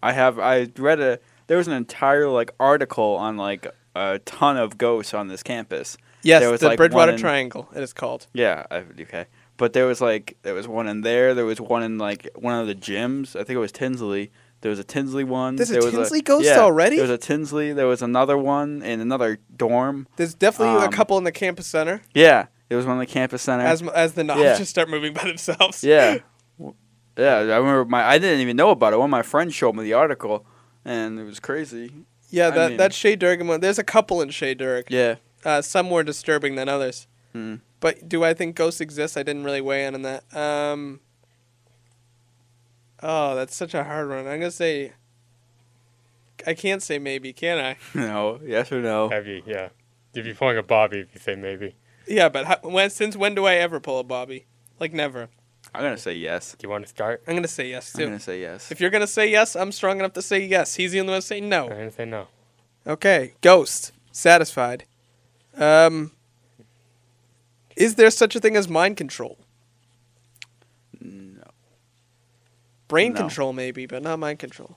Speaker 2: I have. I read a. There was an entire like article on like a ton of ghosts on this campus.
Speaker 1: Yes,
Speaker 2: There was,
Speaker 1: the
Speaker 2: like,
Speaker 1: Bridgewater
Speaker 2: one in-
Speaker 1: Triangle, it is called.
Speaker 2: Yeah. I, okay. But there was like there was one in there. There was one in like one of the gyms. I think it was Tinsley. There was a Tinsley one.
Speaker 1: There's a
Speaker 2: there was
Speaker 1: Tinsley ghost
Speaker 2: yeah,
Speaker 1: already?
Speaker 2: There was a Tinsley. There was another one in another dorm.
Speaker 1: There's definitely a
Speaker 2: Um,
Speaker 1: couple in the campus center
Speaker 2: Yeah. There was one in the campus center.
Speaker 1: as as the knobs
Speaker 2: yeah.
Speaker 1: just start moving by themselves.
Speaker 2: Yeah. W- Yeah, I remember my I didn't even know about it. One of my friends showed me the article and it was crazy.
Speaker 1: [LAUGHS] yeah.
Speaker 2: I
Speaker 1: That
Speaker 2: mean-
Speaker 1: that Shea Durgan one. There's a couple in Shea Durg.
Speaker 2: Yeah. [LAUGHS]
Speaker 1: Uh, some more disturbing than others.
Speaker 2: Mm.
Speaker 1: But do I think ghosts exist? I didn't really weigh in on that. Um, oh, that's such a hard one. I'm gonna say. I can't say maybe, can I?
Speaker 2: No. Yes or no?
Speaker 3: [LAUGHS] Have you? Yeah. If you're pulling a Bobby, if you say maybe,
Speaker 1: Yeah, but how, when, since when do I ever pull a Bobby? Like never.
Speaker 2: I'm gonna say yes.
Speaker 3: do you want to start?
Speaker 1: I'm gonna say yes
Speaker 2: I'm
Speaker 1: too.
Speaker 2: gonna say yes.
Speaker 1: If you're gonna say yes, I'm strong enough to say yes. He's the only one to say
Speaker 3: I'm
Speaker 1: no.
Speaker 3: gonna say no.
Speaker 1: Okay, ghost satisfied. Um, is there such a thing as mind control?
Speaker 2: No.
Speaker 1: Brain
Speaker 2: No.
Speaker 1: control maybe, but not mind control.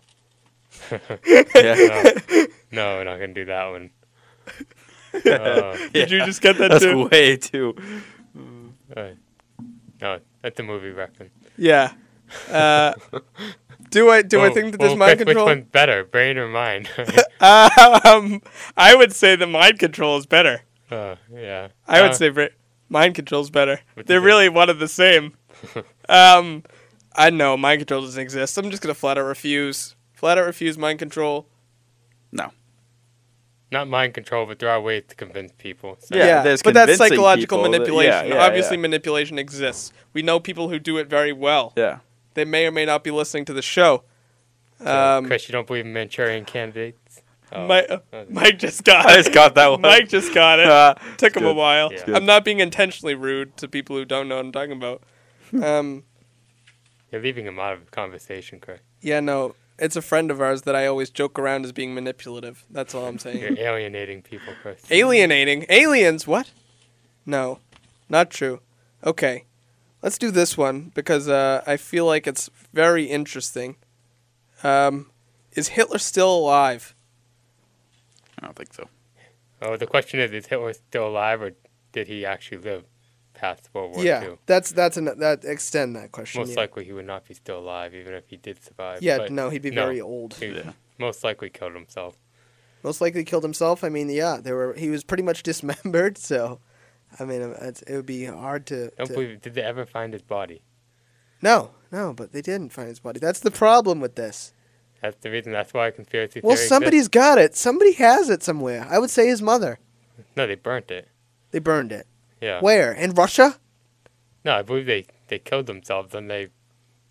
Speaker 2: Yeah.
Speaker 3: No, no, we're not gonna do that one. Uh,
Speaker 1: Did you
Speaker 2: [LAUGHS] Yeah.
Speaker 1: just get that [LAUGHS]
Speaker 2: [LAUGHS] That's
Speaker 1: too?
Speaker 2: way too.
Speaker 3: uh, no, that's a movie reference.
Speaker 1: Yeah. Uh, do I do I
Speaker 3: Well,
Speaker 1: think that there's
Speaker 3: well,
Speaker 1: mind
Speaker 3: which-
Speaker 1: control?
Speaker 3: Which one's better, brain
Speaker 1: [LAUGHS]
Speaker 3: or mind? [LAUGHS]
Speaker 1: Um, I would say the mind control is better.
Speaker 3: uh, yeah.
Speaker 1: I would
Speaker 3: Uh,
Speaker 1: say bra- mind control's better.
Speaker 3: What do
Speaker 1: They're
Speaker 3: you think?
Speaker 1: really one of the
Speaker 2: [LAUGHS]
Speaker 1: same. um, I know mind control doesn't exist. I'm just gonna flat out refuse. Flat out refuse mind control.
Speaker 2: No.
Speaker 3: not mind control, but there are ways to convince people. So
Speaker 2: Yeah, there's
Speaker 1: but that's
Speaker 2: convincing
Speaker 1: psychological
Speaker 2: people that-
Speaker 1: manipulation.
Speaker 2: yeah, yeah,
Speaker 1: Obviously,
Speaker 2: yeah.
Speaker 1: manipulation exists. We know people who do it very well.
Speaker 2: Yeah.
Speaker 1: They may or may not be listening to the show. Um,
Speaker 3: Chris, you don't believe in Manchurian candidates? Oh,
Speaker 1: Mi- uh,
Speaker 3: okay.
Speaker 1: Mike just got
Speaker 2: [LAUGHS] I just got that one.
Speaker 1: Mike just got
Speaker 2: [LAUGHS]
Speaker 1: it.
Speaker 2: Ah,
Speaker 1: Took him a
Speaker 2: good.
Speaker 1: while.
Speaker 3: Yeah.
Speaker 1: I'm not being intentionally rude to people who don't know what I'm talking about. Um,
Speaker 3: You're leaving him out of the conversation, Chris.
Speaker 1: yeah, no, it's a friend of ours that I always joke around as being manipulative. That's
Speaker 3: [LAUGHS]
Speaker 1: all I'm saying. [LAUGHS]
Speaker 3: You're alienating people, Chris.
Speaker 1: Alienating aliens? What? No, not true. Okay, let's do this one because uh, I feel like it's very interesting. Um, is Hitler still alive?
Speaker 2: I don't think so.
Speaker 3: oh, the question is: Is Hitler still alive, or did he actually live past World War
Speaker 1: yeah,
Speaker 3: II?
Speaker 1: that's that's an that extend that question.
Speaker 3: Most
Speaker 1: yeah.
Speaker 3: likely, he would not be still alive, even if he did survive.
Speaker 1: Yeah,
Speaker 3: but
Speaker 1: no, he'd be
Speaker 3: no.
Speaker 1: very old.
Speaker 3: He
Speaker 2: Yeah.
Speaker 3: most likely killed himself.
Speaker 1: most likely killed himself. I mean, yeah, there were he was pretty much [LAUGHS] dismembered, so I mean, uh, it's, it would be hard to.
Speaker 3: Don't
Speaker 1: to-
Speaker 3: believe. It. Did they ever find his body?
Speaker 1: no, no, but they didn't find his body. That's the problem with this.
Speaker 3: That's the reason. That's why conspiracy.
Speaker 1: Well,
Speaker 3: theory
Speaker 1: somebody's got it. Somebody has it somewhere. I would say his mother.
Speaker 3: exists. No, they burnt it.
Speaker 1: They burned it.
Speaker 3: Yeah.
Speaker 1: Where in Russia?
Speaker 3: No, I believe they they killed themselves and they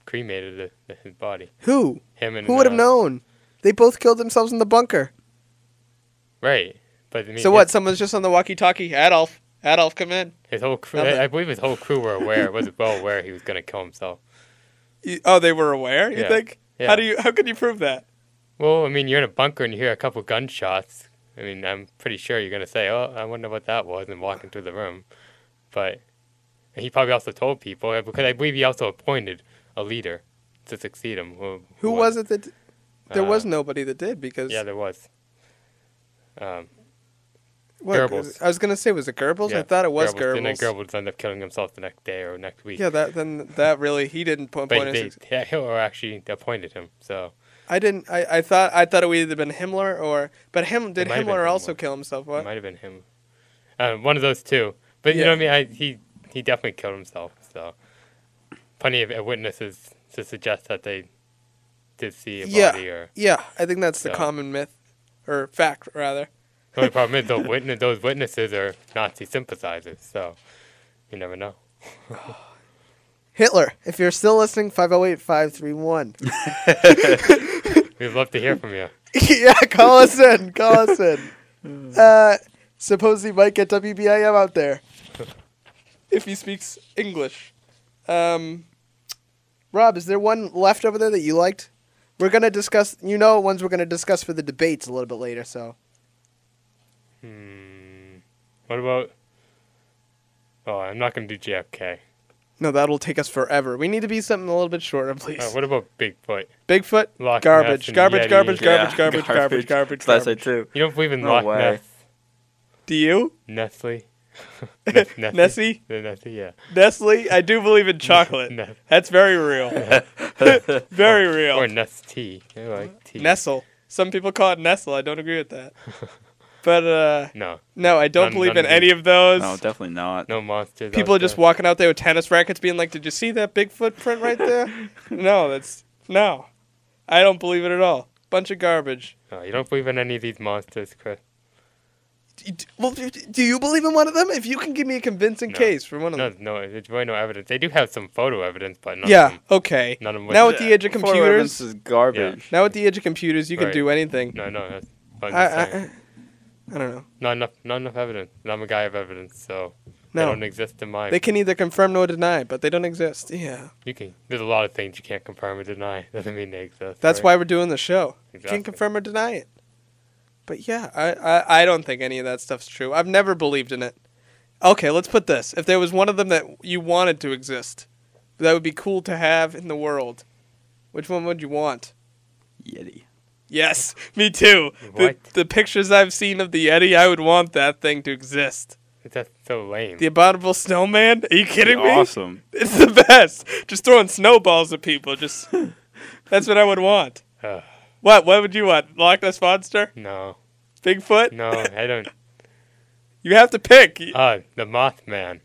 Speaker 3: cremated the, the, his body.
Speaker 1: Who?
Speaker 3: Him and
Speaker 1: Who would have
Speaker 3: uh,
Speaker 1: known? They both killed themselves in the bunker.
Speaker 3: Right. But I mean,
Speaker 1: So what?
Speaker 3: His,
Speaker 1: Someone's just on the walkie-talkie. Adolf, Adolf, come in.
Speaker 3: his whole crew.
Speaker 1: Nothing.
Speaker 3: I, I believe his whole crew were aware. was well aware he was going to kill himself.
Speaker 1: You- Oh, they were aware. You
Speaker 3: Yeah.
Speaker 1: think?
Speaker 3: Yeah.
Speaker 1: How do you? How could you prove that?
Speaker 3: Well, I mean, you're in a bunker and you hear a couple gunshots. I mean, I'm pretty sure you're going to say, "Oh, I wonder what that was," and walk into the room. But and he probably also told people uh, because I believe he also appointed a leader to succeed him. Who,
Speaker 1: Who was it that? There
Speaker 3: Uh,
Speaker 1: was nobody that did because
Speaker 3: Yeah, there was. Um,
Speaker 1: What,
Speaker 3: Goebbels.
Speaker 1: I was gonna say was it Goebbels? I
Speaker 3: yeah,
Speaker 1: thought it was
Speaker 3: Goebbels. And
Speaker 1: Goebbels.
Speaker 3: then Goebbels ended up killing himself the next day or next week.
Speaker 1: Yeah, that then that really he didn't point.
Speaker 3: but
Speaker 1: point
Speaker 3: they, [LAUGHS] yeah, Hitler actually appointed him. So
Speaker 1: I didn't. I, I thought I thought it would either been Himmler or but him did
Speaker 3: might have been
Speaker 1: Himmler also
Speaker 3: Himmler.
Speaker 1: kill himself?
Speaker 3: it
Speaker 1: What?
Speaker 3: might have been him. Um, one of those two. But you know
Speaker 1: Yeah.
Speaker 3: what I mean? I, he he definitely killed himself. So plenty of witnesses to suggest that they did see a
Speaker 1: Yeah.
Speaker 3: body. Or
Speaker 1: Yeah, I think that's the
Speaker 3: So.
Speaker 1: common myth or fact rather.
Speaker 3: the only problem is the witness, [LAUGHS] those witnesses are Nazi sympathizers. So you never know.
Speaker 1: Hitler, if you're still listening, 508-531.
Speaker 3: We'd love to hear from you.
Speaker 1: [LAUGHS] yeah, call us in. Call us in.
Speaker 3: [LAUGHS]
Speaker 1: Uh, suppose he might get WBIM out there [LAUGHS] if he speaks English. Um, Rob, is there one left over there that you liked? We're gonna discuss. You know, ones we're gonna discuss for the debates a little bit later. So
Speaker 3: Hmm. What about? Oh, I'm not gonna do JFK.
Speaker 1: no, that'll take us forever. We need to be something a little bit shorter, please.
Speaker 3: Uh, what about Bigfoot?
Speaker 1: Bigfoot,
Speaker 3: Loch Ness
Speaker 1: garbage,
Speaker 3: and
Speaker 1: garbage,
Speaker 3: Yeti.
Speaker 1: garbage, garbage,
Speaker 2: [LAUGHS]
Speaker 3: [LAUGHS]
Speaker 2: Yeah,
Speaker 1: garbage, garbage, garbage,
Speaker 2: That's it
Speaker 1: garbage.
Speaker 2: too.
Speaker 3: You don't believe in
Speaker 2: No
Speaker 3: Loch
Speaker 2: way.
Speaker 3: Ness?
Speaker 1: Do you,
Speaker 3: Nestle? [LAUGHS] Nestle?
Speaker 1: [LAUGHS] Nessie,
Speaker 3: The Nestle, yeah.
Speaker 1: Nestle? I do believe
Speaker 3: [LAUGHS]
Speaker 1: in chocolate.
Speaker 3: Nes-
Speaker 1: That's very
Speaker 3: [LAUGHS]
Speaker 1: real.
Speaker 2: [LAUGHS]
Speaker 1: very real.
Speaker 3: Or Nestea. I like tea.
Speaker 1: Nestle. Some people call it Nestle. I don't agree with
Speaker 3: [LAUGHS]
Speaker 1: that. But uh,
Speaker 3: No,
Speaker 1: no, I don't
Speaker 3: None-
Speaker 1: believe
Speaker 3: none
Speaker 1: in
Speaker 3: of
Speaker 1: any
Speaker 3: these.
Speaker 1: of those.
Speaker 2: No, definitely not.
Speaker 3: no monsters.
Speaker 1: people
Speaker 3: out
Speaker 1: are just
Speaker 3: there.
Speaker 1: walking out there with tennis rackets, being like, "Did you see that big footprint right
Speaker 3: [LAUGHS]
Speaker 1: there?" no, that's no. I don't believe it at all. Bunch of garbage.
Speaker 3: No, you don't believe in any of these monsters, Chris.
Speaker 1: d- d- well, d- do you believe in one of them? If you can give me a convincing
Speaker 3: No.
Speaker 1: case for one of
Speaker 3: No,
Speaker 1: them.
Speaker 3: no, there's really no evidence. They do have some photo evidence, but none of
Speaker 1: Yeah.
Speaker 3: them.
Speaker 1: Okay.
Speaker 3: None of them.
Speaker 1: Now
Speaker 3: with-
Speaker 1: at the age of
Speaker 2: Photo evidence
Speaker 1: computers.
Speaker 2: is garbage.
Speaker 1: Now at the age of computers, you can
Speaker 3: Right.
Speaker 1: do anything.
Speaker 3: no, no, that's, but
Speaker 1: I,
Speaker 3: I'm
Speaker 1: I,
Speaker 3: just saying,
Speaker 1: I- I don't know.
Speaker 3: not enough, not enough evidence. And I'm a guy of evidence, so they
Speaker 1: No.
Speaker 3: don't exist in mine.
Speaker 1: They can either confirm nor deny, but they don't exist. Yeah.
Speaker 3: you can. There's a lot of things you can't confirm or deny. [LAUGHS] Doesn't mean they exist.
Speaker 1: That's why we're doing the show. You
Speaker 3: Exactly.
Speaker 1: can't confirm or deny it. But yeah, I, I, I don't think any of that stuff's true. I've never believed in it. Okay, let's put this. If there was one of them that you wanted to exist, that would be cool to have in the world, which one would you want?
Speaker 2: Yeti.
Speaker 1: Yes, me too. The,
Speaker 3: What?
Speaker 1: the pictures I've seen of the Yeti, I would want that thing to exist.
Speaker 3: right? That's so lame.
Speaker 1: The Abominable Snowman? Are you kidding me?
Speaker 2: Awesome.
Speaker 1: [LAUGHS] It's the best. Just throwing snowballs at people.
Speaker 3: [LAUGHS]
Speaker 1: Just that's what I would want.
Speaker 3: Ugh.
Speaker 1: What? What would you want? Loch Ness monster?
Speaker 3: no,
Speaker 1: Bigfoot?
Speaker 3: no, I don't. [LAUGHS]
Speaker 1: You have to pick. Y-
Speaker 3: Uh, the Mothman.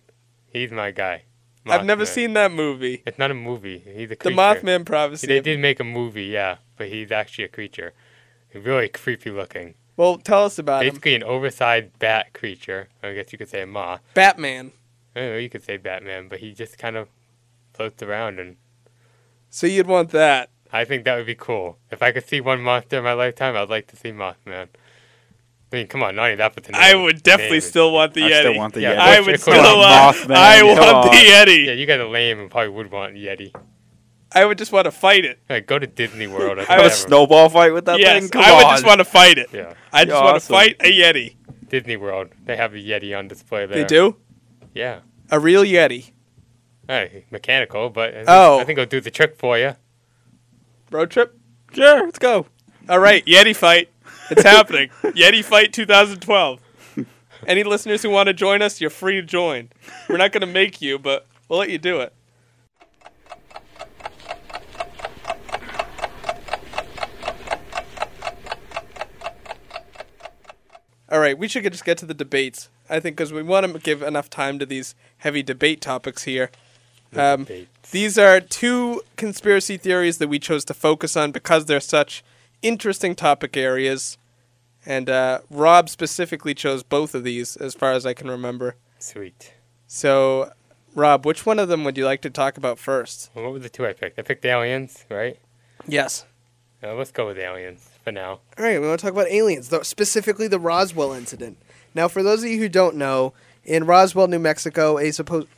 Speaker 3: He's my guy.
Speaker 1: I've never
Speaker 3: Mothman.
Speaker 1: seen that movie.
Speaker 3: It's not a movie. He's a
Speaker 1: The
Speaker 3: creature.
Speaker 1: Mothman Prophecy.
Speaker 3: They did make a movie, yeah, but he's actually a creature. He's really creepy looking.
Speaker 1: Well, tell us about him.
Speaker 3: Basically, an oversized bat creature. I guess you could say a moth.
Speaker 1: Batman.
Speaker 3: I don't know, you could say Batman, but he just kind of floats around, and
Speaker 1: So you'd want that.
Speaker 3: I think that would be cool. If I could see one monster in my lifetime, I'd like to see Mothman. I mean, come on, not only that, but the name.
Speaker 1: I would definitely
Speaker 3: name is-
Speaker 1: still want the
Speaker 2: I
Speaker 1: Yeti.
Speaker 2: still want the
Speaker 3: Yeah,
Speaker 2: Yeti.
Speaker 1: I
Speaker 3: Of
Speaker 1: would
Speaker 3: course.
Speaker 1: still
Speaker 3: Come
Speaker 1: want.
Speaker 2: on, Mothman,
Speaker 1: I
Speaker 2: come
Speaker 1: want the
Speaker 2: on.
Speaker 1: Yeti.
Speaker 3: Oh. Yeah, you guys are lame and probably would want Yeti.
Speaker 1: I would just want to fight it.
Speaker 3: Like, go to Disney World.
Speaker 1: [LAUGHS]
Speaker 3: Or
Speaker 1: I
Speaker 2: Have a
Speaker 1: would-
Speaker 3: whatever.
Speaker 2: snowball fight with that
Speaker 1: yes,
Speaker 2: thing? Come
Speaker 1: I
Speaker 2: on.
Speaker 1: would just want to fight it.
Speaker 3: Yeah,
Speaker 1: I just
Speaker 2: You're
Speaker 1: want to
Speaker 2: awesome.
Speaker 1: fight a Yeti.
Speaker 3: Disney World. They have a Yeti on display there.
Speaker 1: They do
Speaker 3: Yeah.
Speaker 1: a real Yeti.
Speaker 3: Hey, mechanical, but I think,
Speaker 1: Oh.
Speaker 3: I think it'll do the trick for you.
Speaker 1: Road trip.
Speaker 2: Sure, let's go.
Speaker 1: All right, Yeti fight. It's happening. [LAUGHS] Yeti fight 2012. Any listeners who want to join us, you're free to join. We're not going to make you, but we'll let you do it. All right, we should get- just get to the debates. I think because we want to give enough time to these heavy debate topics here. Um,
Speaker 3: Debates.
Speaker 1: these are two conspiracy theories that we chose to focus on because they're such interesting topic areas. And uh, Rob specifically chose both of these, as far as I can remember.
Speaker 3: Sweet.
Speaker 1: So, Rob, which one of them would you like to talk about first?
Speaker 3: Well, what were the two I picked? I picked aliens, right?
Speaker 1: Yes.
Speaker 3: Uh, let's go with aliens for now.
Speaker 1: All right, we want to talk about aliens, though, specifically the Roswell incident. Now, for those of you who don't know, in Roswell, New Mexico, a supposed. [LAUGHS]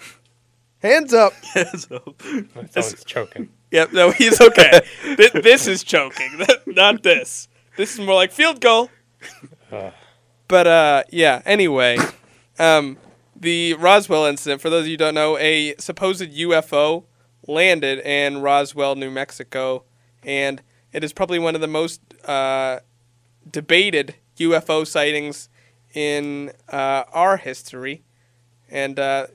Speaker 1: Hands up!
Speaker 3: Someone's
Speaker 1: [LAUGHS]
Speaker 3: choking.
Speaker 1: Yep, no, he's okay. Th- this is choking, [LAUGHS] not this. This is more like field goal.
Speaker 3: Ugh.
Speaker 1: But uh, yeah. Anyway, um, the Roswell incident. For those of you who don't know, a supposed UFO landed in Roswell, New Mexico, and it is probably one of the most uh, debated UFO sightings in uh, our history. And uh,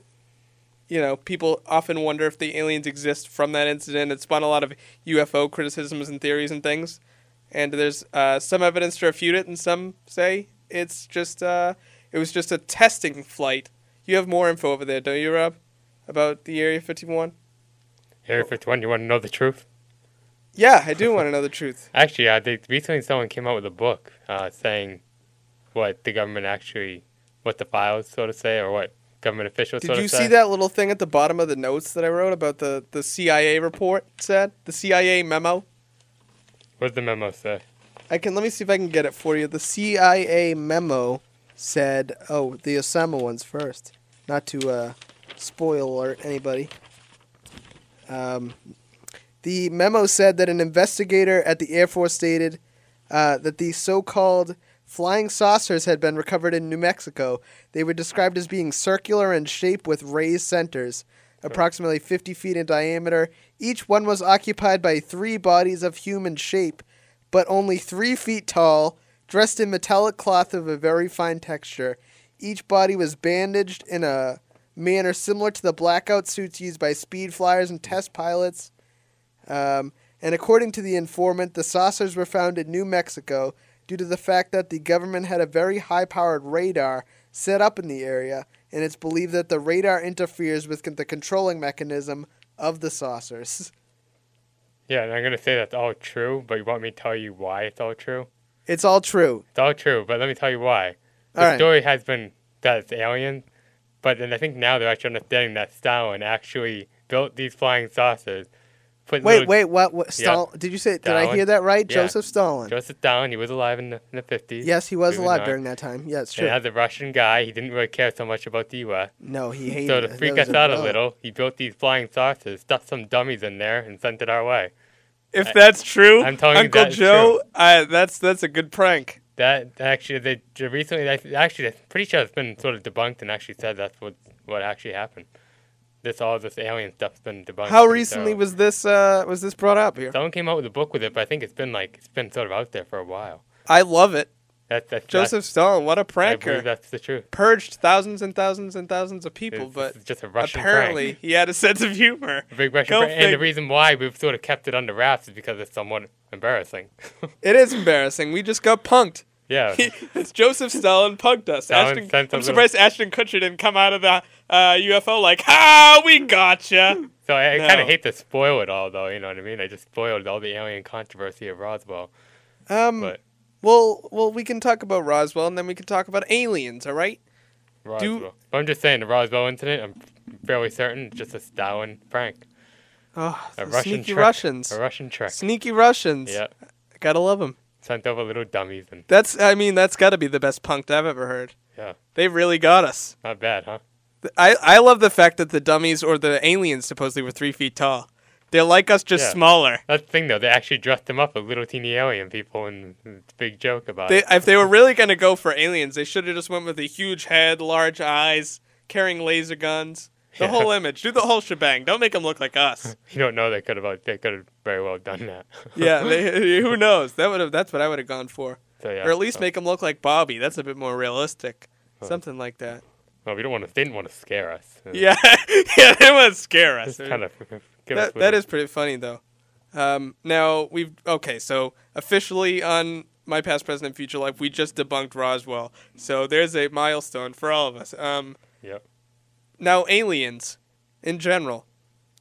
Speaker 1: you know, people often wonder if the aliens exist from that incident. It spun a lot of UFO criticisms and theories and things. And there's uh, some evidence to refute it, and some say it's just uh, it was just a testing flight. You have more info over there, don't you, Rob? About the Area 51?
Speaker 3: Area 51, you want to know the truth?
Speaker 1: Yeah, I do want to know the
Speaker 3: [LAUGHS]
Speaker 1: truth.
Speaker 3: Actually, uh, they, recently someone came out with a book uh, saying what the government actually, what the files sort of say, or what government officials
Speaker 1: Did
Speaker 3: sort
Speaker 1: you
Speaker 3: of say.
Speaker 1: see that little thing at the bottom of the notes that I wrote about the, the CIA report? Said the CIA memo.
Speaker 3: What did the memo say?
Speaker 1: I can let me see if I can get it for you. The CIA memo said, "Oh, the Osama ones first, not to uh, spoil alert anybody." Um, the memo said that an investigator at the Air Force stated uh, that the so-called flying saucers had been recovered in New Mexico. They were described as being circular in shape with raised centers, approximately 50 feet in diameter. Each one was occupied by three bodies of human shape, but only three feet tall, dressed in metallic cloth of a very fine texture. Each body was bandaged in a manner similar to the blackout suits used by speed flyers and test pilots. Um, and according to the informant, the saucers were found in New Mexico due to the fact that the government had a very high powered radar set up in the area, and it's believed that the radar interferes with con- the controlling mechanism of the saucers. [LAUGHS]
Speaker 3: Yeah, and I'm going to say that's all true, but you want me to tell you why it's all true?
Speaker 1: It's all true.
Speaker 3: It's all true, but let me tell you why. the
Speaker 1: All right.
Speaker 3: story has been that it's alien, but then I think now they're actually understanding that Stalin actually built these flying saucers. Put
Speaker 4: Wait,
Speaker 3: little-
Speaker 4: wait, what? what Stalin, Did you say? Did I
Speaker 3: Stalin.
Speaker 4: hear that right?
Speaker 3: Yeah.
Speaker 4: Joseph Stalin.
Speaker 3: Joseph Stalin, he was alive in the, in the 50s.
Speaker 4: yes, he was
Speaker 3: believe it or
Speaker 4: alive
Speaker 3: not.
Speaker 4: during that time. Yeah, it's true.
Speaker 3: And as a Russian guy, he didn't really care so much about the U.S.
Speaker 4: no, he hated.
Speaker 3: So to
Speaker 4: it.
Speaker 3: freak
Speaker 4: That was
Speaker 3: us out a
Speaker 4: blow.
Speaker 3: little, he built these flying saucers, stuffed some dummies in there, and sent it our way.
Speaker 1: If that's true,
Speaker 3: I'm telling you
Speaker 1: Uncle
Speaker 3: that is
Speaker 1: Joe, I, that's that's a good prank.
Speaker 3: That actually, they they recently, they- actually, I'm pretty sure it's been sort of debunked and actually said that's what what actually happened. This all this alien stuff's been debunked.
Speaker 1: How
Speaker 3: pretty
Speaker 1: recently
Speaker 3: thoroughly.
Speaker 1: was this uh, was this brought up here?
Speaker 3: someone came out with a book with it? But I think it's been like it's been sort of out there for a while.
Speaker 1: I love it.
Speaker 3: That's that's
Speaker 1: Joseph Stalin, what a
Speaker 3: That's, I believe
Speaker 1: pranker!
Speaker 3: that's the truth.
Speaker 1: Purged thousands and thousands and thousands of people,
Speaker 3: It's-
Speaker 1: but
Speaker 3: it's just a Russian
Speaker 1: apparently
Speaker 3: prank.
Speaker 1: he had a [LAUGHS] sense of humor.
Speaker 3: A big Russian
Speaker 1: Go
Speaker 3: prank. And the
Speaker 1: fig-
Speaker 3: reason why we've sort of kept it under wraps is because it's somewhat embarrassing. [LAUGHS]
Speaker 1: It is embarrassing. We just got punked. [LAUGHS]
Speaker 3: yeah.
Speaker 1: it's Joseph Stalin punked us.
Speaker 3: Stalin
Speaker 1: Ashton, I'm
Speaker 3: Oh. sent a little-
Speaker 1: surprised Ashton Kutcher didn't come out of the uh, UFO like, "Ha, we
Speaker 3: [LAUGHS]
Speaker 1: gotcha."
Speaker 3: So I, I kind
Speaker 1: No.
Speaker 3: of hate to spoil it all, though. You know what I mean? I just spoiled all the alien controversy of Roswell.
Speaker 1: Um,
Speaker 3: But
Speaker 1: well, well, we can talk about Roswell, and then we can talk about aliens. All right.
Speaker 3: Roswell. But I'm just saying the Roswell incident. I'm fairly certain it's just a Stalin prank,
Speaker 1: Oh,
Speaker 3: A
Speaker 1: the
Speaker 3: Russian
Speaker 1: sneaky
Speaker 3: trick.
Speaker 1: Russians.
Speaker 3: a Russian trick.
Speaker 1: Sneaky Russians.
Speaker 3: Yeah,
Speaker 1: Gotta love them.
Speaker 3: sent over little dummies and
Speaker 1: That's, I mean, that's gotta be the best punked I've ever heard.
Speaker 3: Yeah.
Speaker 1: They really got us.
Speaker 3: not bad, huh?
Speaker 1: Th- I, I love the fact that the dummies or the aliens supposedly were three feet tall. They're like us, just
Speaker 3: Yeah.
Speaker 1: smaller.
Speaker 3: That's the thing though. They actually dressed them up as little teeny alien people, and it's a big joke about
Speaker 1: They,
Speaker 3: it.
Speaker 1: if they were really gonna go for aliens, they should have just went with a huge head, large eyes, carrying laser guns. The
Speaker 3: Yeah.
Speaker 1: whole image. Do the whole shebang. Don't make them look like
Speaker 3: [LAUGHS]
Speaker 1: us.
Speaker 3: You don't know they could have. They could have very well done that. [LAUGHS]
Speaker 1: yeah, they, who knows? That would have. That's what I would have gone for.
Speaker 3: so, yeah,
Speaker 1: or at least
Speaker 3: so-
Speaker 1: make him look like Bobby. That's a bit more realistic.
Speaker 3: Huh.
Speaker 1: Something like that.
Speaker 3: Well, we don't want to. They didn't want to scare us.
Speaker 1: Yeah, yeah, [LAUGHS] they want to scare us.
Speaker 3: Just [LAUGHS] kind of.
Speaker 1: that, that is pretty funny though. Um, now we've okay, so officially on my past, present, and future life, we just debunked Roswell. So there's a milestone for all of us. Um,
Speaker 3: Yep.
Speaker 1: Now aliens, in general,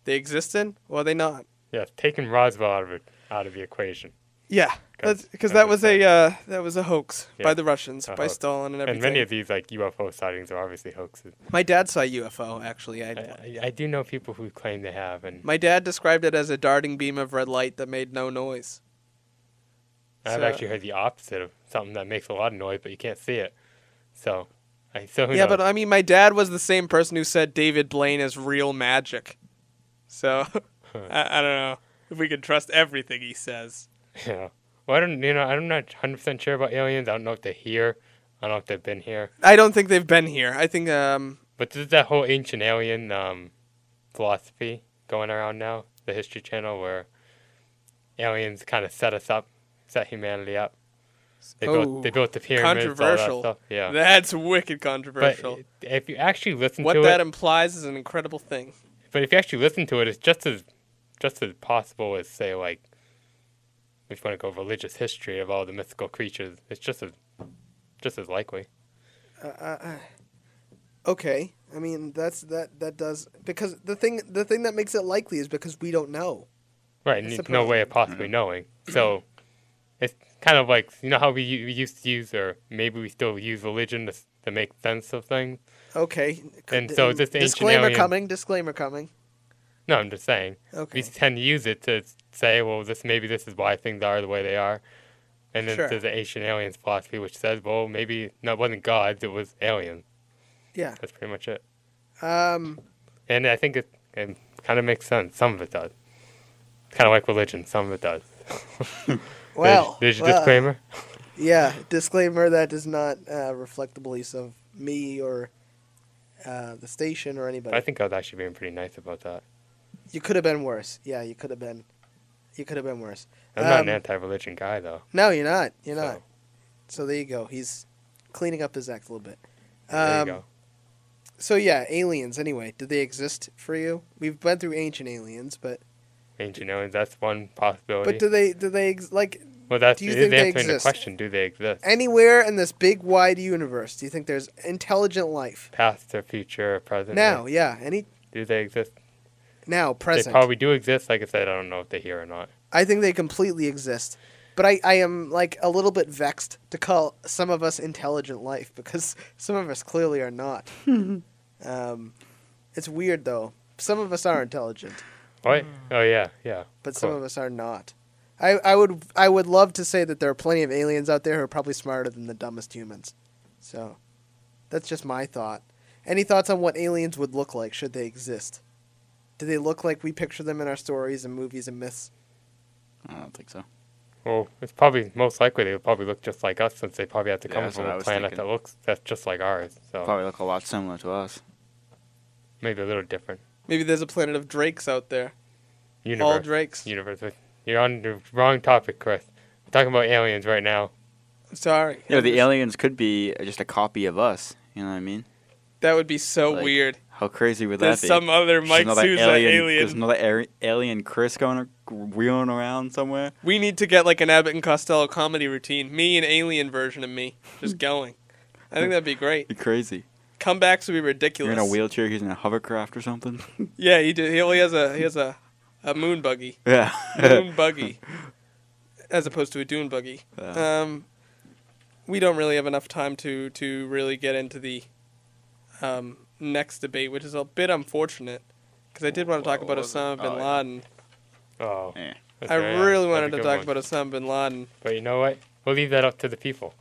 Speaker 1: they exist in or are they not?
Speaker 3: Yeah, taking Roswell out of it, out of the equation.
Speaker 1: Yeah,
Speaker 3: Good.
Speaker 1: because that was a uh, that was a hoax by
Speaker 3: Yeah.
Speaker 1: the Russians,
Speaker 3: A
Speaker 1: by
Speaker 3: hoax.
Speaker 1: Stalin, and
Speaker 3: And
Speaker 1: everything.
Speaker 3: many of these like UFO sightings are obviously hoaxes.
Speaker 1: my dad saw UFO actually. I,
Speaker 3: I, I, I do know people who claim they have, and
Speaker 1: my dad described it as a darting beam of red light that made no noise.
Speaker 3: I've
Speaker 1: so-
Speaker 3: actually heard the opposite of something that makes a lot of noise, but you can't see it. So, I so who
Speaker 1: yeah,
Speaker 3: knows?
Speaker 1: but I mean, my dad was the same person who said David Blaine is real magic. So [LAUGHS] I, I don't know if we can trust everything he says.
Speaker 3: [LAUGHS] yeah. Well, I don't. You know, I'm not 100 percent sure about aliens. I don't know if they're here. I don't know if they've been here.
Speaker 1: I don't think they've been here. I think um,
Speaker 3: But there's that whole ancient alien um, philosophy going around now, the History Channel, where aliens kind of set us up, set humanity up. They built they
Speaker 1: Oh,
Speaker 3: built the pyramids,
Speaker 1: controversial.
Speaker 3: all that stuff. Yeah.
Speaker 1: that's wicked
Speaker 3: but
Speaker 1: controversial.
Speaker 3: if you actually listen
Speaker 1: what
Speaker 3: to
Speaker 1: that
Speaker 3: it,
Speaker 1: implies is an incredible thing.
Speaker 3: but if you actually listen to it, it's just as just as possible as say like if you want to go religious history of all the mythical creatures, it's just as just as likely.
Speaker 4: Uh, uh, uh, okay, I mean that's that that does because the thing the thing that makes it likely is because we don't know. That's
Speaker 3: Right, and
Speaker 4: the
Speaker 3: it's no way of possibly knowing. So it's kind of like you know how we, u- we used to use, or maybe we still use religion to, s- to make sense of things.
Speaker 4: Okay.
Speaker 3: And so
Speaker 4: D-
Speaker 3: this ancient
Speaker 4: disclaimer
Speaker 3: alien-
Speaker 4: coming. Disclaimer coming.
Speaker 3: No, I'm just saying
Speaker 4: Okay.
Speaker 3: we tend to use it to s- say, well, this maybe this is why things are the way they are. And then
Speaker 4: Sure.
Speaker 3: there's the ancient aliens philosophy, which says, well, maybe no, it wasn't gods, it was aliens.
Speaker 4: Yeah.
Speaker 3: That's pretty much it.
Speaker 4: Um.
Speaker 3: And I think it, it kind of makes sense. Some of it does. Kind of like religion. Some of it does. [LAUGHS]
Speaker 4: Well.
Speaker 3: there's, there's your
Speaker 4: well,
Speaker 3: disclaimer.
Speaker 4: Yeah. Disclaimer that does not uh, reflect the beliefs of me or uh, the station or anybody.
Speaker 3: I think I was actually being pretty nice about that.
Speaker 4: You could have been worse. Yeah. You could have been. You could have been worse.
Speaker 3: I'm not
Speaker 4: Um,
Speaker 3: an anti-religion guy, though.
Speaker 4: No, you're not. You're
Speaker 3: So,
Speaker 4: not. So there you go. He's cleaning up his act a little bit.
Speaker 3: There
Speaker 4: Um,
Speaker 3: you go.
Speaker 4: So yeah, aliens. Anyway, did they exist for you? We've been through ancient aliens, but
Speaker 3: Ancient aliens. That's one possibility.
Speaker 4: but do they do they ex- like
Speaker 3: well, that's
Speaker 4: do you
Speaker 3: is
Speaker 4: think they
Speaker 3: answering the
Speaker 4: exist?
Speaker 3: question: Do they exist?
Speaker 4: anywhere in this big wide universe? Do you think there's intelligent life
Speaker 3: Past or future or present?
Speaker 4: now? Yeah, any
Speaker 3: Do they exist?
Speaker 4: now
Speaker 3: They
Speaker 4: present.
Speaker 3: probably do exist. Like I said, I don't know if they're here or not.
Speaker 4: I think they completely exist. But I, I am like a little bit vexed to call some of us intelligent life because [LAUGHS] some of us clearly are not. um, it's weird though. Some of us are intelligent,
Speaker 3: What?
Speaker 2: Mm.
Speaker 3: Oh yeah, yeah.
Speaker 4: but some
Speaker 3: Cool.
Speaker 4: of us are not. I, I would I would love to say that there are plenty of aliens out there who are probably smarter than the dumbest humans. So that's just my thought. Any thoughts on what aliens would look like should they exist? Do they look like we picture them in our stories and movies and myths?
Speaker 2: I don't think so.
Speaker 3: Well, it's probably most likely they would probably look just like us since they probably have to
Speaker 2: Yeah,
Speaker 3: come
Speaker 2: that's
Speaker 3: from
Speaker 2: what I
Speaker 3: a
Speaker 2: was
Speaker 3: planet
Speaker 2: thinking.
Speaker 3: that looks that's just like ours. So
Speaker 2: Probably look a lot similar to us.
Speaker 3: maybe a little different.
Speaker 1: Maybe there's a planet of drakes out there. All
Speaker 3: Universe.
Speaker 1: drakes.
Speaker 3: Universe. You're on the wrong topic, Chris. We're talking about aliens right now.
Speaker 1: I'm sorry.
Speaker 2: You know, the aliens could be just a copy of us. You know what I mean?
Speaker 1: That would be so
Speaker 2: Like,
Speaker 1: weird.
Speaker 2: How crazy would
Speaker 1: There's
Speaker 2: that be?
Speaker 1: some other
Speaker 2: There's
Speaker 1: Mike
Speaker 2: another
Speaker 1: Souza
Speaker 2: alien,
Speaker 1: alien.
Speaker 2: There's another ar- alien Chris going ar- wheeling around somewhere.
Speaker 1: We need to get like an Abbott and Costello comedy routine. Me and alien version of me, just going. I think that'd be great.
Speaker 2: You're crazy.
Speaker 1: Comebacks would be
Speaker 2: You're
Speaker 1: ridiculous.
Speaker 2: in a wheelchair. He's in a hovercraft or something. [LAUGHS]
Speaker 1: Yeah, he did. He only has a he has a, a moon
Speaker 2: [LAUGHS]
Speaker 1: buggy.
Speaker 2: yeah.
Speaker 1: Moon buggy, as opposed to a dune buggy.
Speaker 2: [LAUGHS] Yeah.
Speaker 1: Um, we don't really have enough time to to really get into the um, next debate, which is a bit unfortunate because I did want to talk
Speaker 2: What
Speaker 1: about
Speaker 2: was it?
Speaker 1: Osama bin
Speaker 2: Oh, yeah.
Speaker 1: Laden.
Speaker 3: Oh.
Speaker 2: Yeah.
Speaker 3: that's
Speaker 1: I
Speaker 3: very-
Speaker 1: really
Speaker 3: that's a
Speaker 1: wanted to
Speaker 3: good
Speaker 1: talk
Speaker 3: one.
Speaker 1: about Osama bin Laden.
Speaker 3: But you know what? We'll leave that up to the people.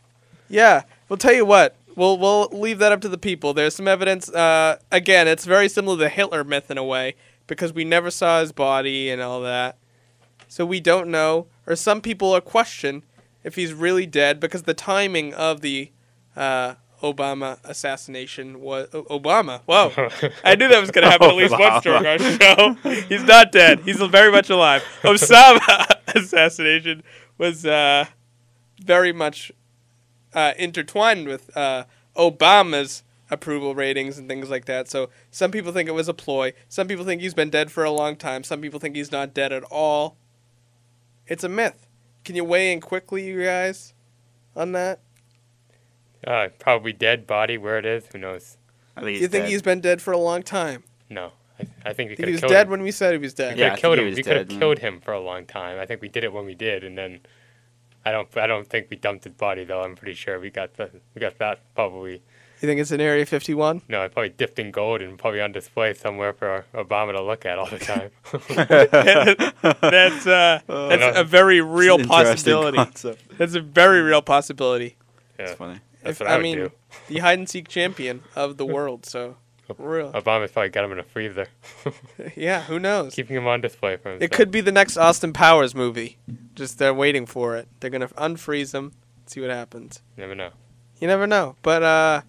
Speaker 1: Yeah, we'll tell you what. We'll we'll leave that up to the people. There's some evidence. Uh, again, it's very similar to the Hitler myth in a way because we never saw his body and all that, so we don't know. Or some people are question if he's really dead because the timing of the uh, Obama assassination was o- Obama. Whoa, Oh,
Speaker 3: [LAUGHS]
Speaker 1: I knew that was going to happen at least once during our show. [LAUGHS] he's not dead. He's very much alive. Osama [LAUGHS] assassination was uh, very much uh, intertwined with uh, Obama's approval ratings and things like that. So some people think it was a ploy. Some people think he's been dead for a long time. Some people think he's not dead at all. It's a myth. Can you weigh in quickly, you guys, on that?
Speaker 3: Uh, probably dead body where it is. Who knows?
Speaker 2: I think
Speaker 1: Do
Speaker 2: he's
Speaker 1: you think
Speaker 2: dead.
Speaker 1: he's been dead for a long time?
Speaker 3: No, I, I think we
Speaker 1: I think
Speaker 3: could
Speaker 1: he
Speaker 3: have
Speaker 1: was
Speaker 3: killed
Speaker 1: dead
Speaker 3: him.
Speaker 1: when we said he was dead.
Speaker 3: We could
Speaker 2: Yeah, I
Speaker 3: have
Speaker 2: think
Speaker 3: killed
Speaker 2: he
Speaker 3: him.
Speaker 2: was
Speaker 3: We could have
Speaker 2: dead, yeah.
Speaker 3: killed him for a long time. I think we did it when we did, and then I don't. I don't think we dumped his body though. I'm pretty sure we got the. We got that probably.
Speaker 1: You think it's in Area 51?
Speaker 3: No, I probably dipped in gold and probably on display somewhere for Obama to look at all
Speaker 1: [LAUGHS]
Speaker 3: the time. [LAUGHS]
Speaker 2: [LAUGHS]
Speaker 1: that's uh, that's a very real
Speaker 2: It's an interesting
Speaker 1: possibility.
Speaker 2: concept.
Speaker 1: That's a very real possibility.
Speaker 2: It's
Speaker 3: yeah,
Speaker 2: funny.
Speaker 1: If-
Speaker 3: that's what
Speaker 1: I,
Speaker 3: I, would
Speaker 1: mean,
Speaker 3: do.
Speaker 1: the hide and seek champion of the world. So, real.
Speaker 3: Obama's probably got him in a freezer,
Speaker 1: [LAUGHS]
Speaker 3: [LAUGHS]
Speaker 1: Yeah, who knows?
Speaker 3: keeping him on display for himself.
Speaker 1: It could be the next Austin Powers movie. Just they're waiting for it. They're gonna unfreeze him, see what happens.
Speaker 3: Never know.
Speaker 1: You never know. But uh,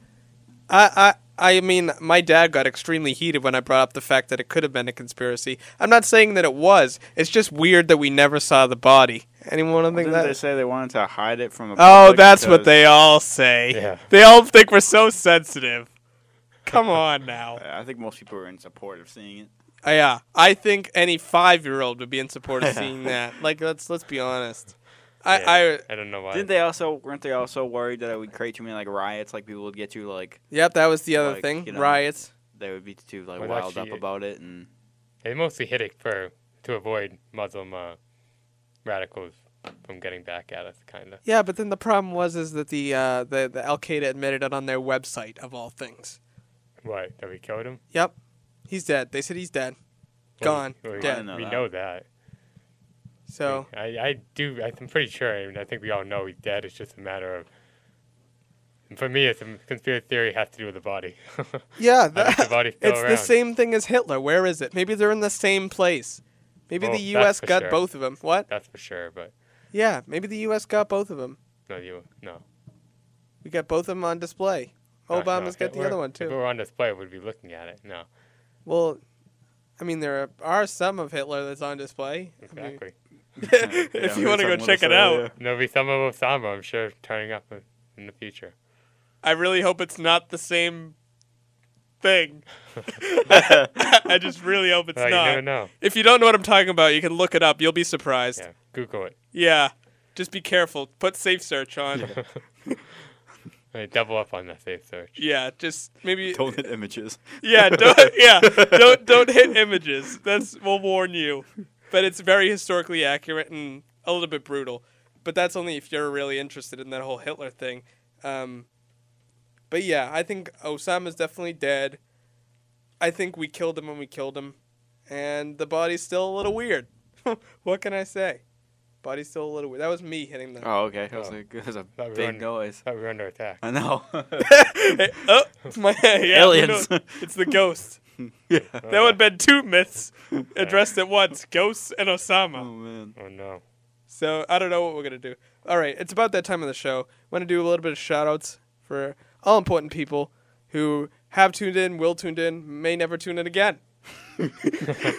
Speaker 1: I I I mean, my dad got extremely heated when I brought up the fact that it could have been a conspiracy. I'm not saying that it was. It's just weird that we never saw the body. Anyone want to think
Speaker 2: Didn't
Speaker 1: that?
Speaker 2: they say they wanted to hide it from the
Speaker 1: Oh,
Speaker 2: public
Speaker 1: that's what
Speaker 2: because-
Speaker 1: they all say.
Speaker 3: Yeah.
Speaker 1: They all think we're so sensitive. Come on now.
Speaker 2: I think most people are in support of seeing it.
Speaker 1: Uh, [LAUGHS] yeah, I think any five-year-old would be in support of [LAUGHS] seeing that. Like, let's let's be honest. I,
Speaker 3: Yeah,
Speaker 1: I
Speaker 3: I don't know why.
Speaker 2: Didn't they also weren't they also worried that it would create too many like riots, like people would get too like
Speaker 1: yep, that was the other
Speaker 2: Like,
Speaker 1: thing.
Speaker 2: you know.
Speaker 1: Riots.
Speaker 2: they would be too like
Speaker 3: Well,
Speaker 2: wild
Speaker 3: actually,
Speaker 2: up about
Speaker 1: [LAUGHS]
Speaker 2: it and
Speaker 3: They mostly hit it for to avoid Muslim uh, radicals from getting back at us, kind of.
Speaker 1: Yeah, but then the problem was is that the uh, the the Al Qaeda admitted it on their website of all things.
Speaker 3: What? That we killed him?
Speaker 1: Yep, he's dead. They said he's dead,
Speaker 3: Well,
Speaker 1: gone,
Speaker 3: we- well, we-
Speaker 2: I
Speaker 1: dead.
Speaker 2: didn't know
Speaker 3: we
Speaker 2: that.
Speaker 3: know that.
Speaker 1: So
Speaker 3: I, I do. I'm pretty sure. I, mean, I think we all know he's dead. It's just a matter of. For me, it's a conspiracy theory has to do with the body. [LAUGHS]
Speaker 1: yeah,
Speaker 3: think the
Speaker 1: that, [LAUGHS]
Speaker 3: body fell
Speaker 1: it's the
Speaker 3: around.
Speaker 1: same thing as Hitler. Where is it? Maybe they're in the same place. Maybe
Speaker 3: Well,
Speaker 1: the
Speaker 3: that's
Speaker 1: U.S.
Speaker 3: for
Speaker 1: got
Speaker 3: sure.
Speaker 1: both of them. What?
Speaker 3: That's for sure. But
Speaker 1: Yeah, maybe the U.S. got both of them.
Speaker 3: no, you no.
Speaker 1: We got both of them on display.
Speaker 3: No, no,
Speaker 1: Obama's
Speaker 3: if
Speaker 1: got
Speaker 3: it
Speaker 1: the
Speaker 3: were-
Speaker 1: other one
Speaker 3: If it
Speaker 1: too.
Speaker 3: were on display, we'd be looking at it. No,
Speaker 1: Well, I mean, there are some of Hitler that's on display. I mean,
Speaker 3: exactly.
Speaker 1: if
Speaker 2: Yeah,
Speaker 1: you
Speaker 2: we
Speaker 1: want to
Speaker 2: were
Speaker 1: go
Speaker 2: talking
Speaker 1: check it
Speaker 2: about this
Speaker 1: out,
Speaker 2: earlier.
Speaker 3: There'll be some of Osama, I'm sure, turning up in, in the future.
Speaker 1: I really hope it's not the same thing. [LAUGHS]
Speaker 2: [LAUGHS]
Speaker 1: I just really hope it's
Speaker 3: [LAUGHS] Well, you never
Speaker 1: not.
Speaker 3: know.
Speaker 1: If you don't know what I'm talking about, you can look it up. You'll be surprised.
Speaker 3: Yeah,
Speaker 1: Yeah.
Speaker 3: Google it.
Speaker 1: Just be careful. Put safe search on. Yeah,
Speaker 3: Right, double up on that safe search.
Speaker 1: just maybe
Speaker 2: Don't hit images.
Speaker 1: Yeah, don't yeah. Don't don't hit images. That's we'll warn you. But it's very historically accurate and a little bit brutal. but that's only if you're really interested in that whole Hitler thing. Um, but yeah, I think Osama's definitely dead. I think we killed him when we killed him, and the body's still a little weird. [LAUGHS] what can I say? Body's still a little weird. That was me hitting the.
Speaker 2: Oh, okay. That was
Speaker 3: Oh.
Speaker 2: like that was a
Speaker 3: That
Speaker 2: big
Speaker 3: run-
Speaker 2: noise.
Speaker 3: Thought we were under attack.
Speaker 1: [LAUGHS]
Speaker 2: I know.
Speaker 1: [LAUGHS] Hey, oh, my [LAUGHS] yeah, you know,
Speaker 2: [LAUGHS] Aliens.
Speaker 1: it's the ghost.
Speaker 2: yeah.
Speaker 1: That
Speaker 3: Oh,
Speaker 1: would have been two [LAUGHS] myths addressed at once: ghosts and Osama.
Speaker 2: [LAUGHS] Oh
Speaker 1: [LAUGHS]
Speaker 2: man.
Speaker 3: Oh no.
Speaker 1: So I don't know what we're gonna do. All right, it's about that time of the show. Want to do a little bit of shout outs for all important people who have tuned in, will tuned in, may never tune in again.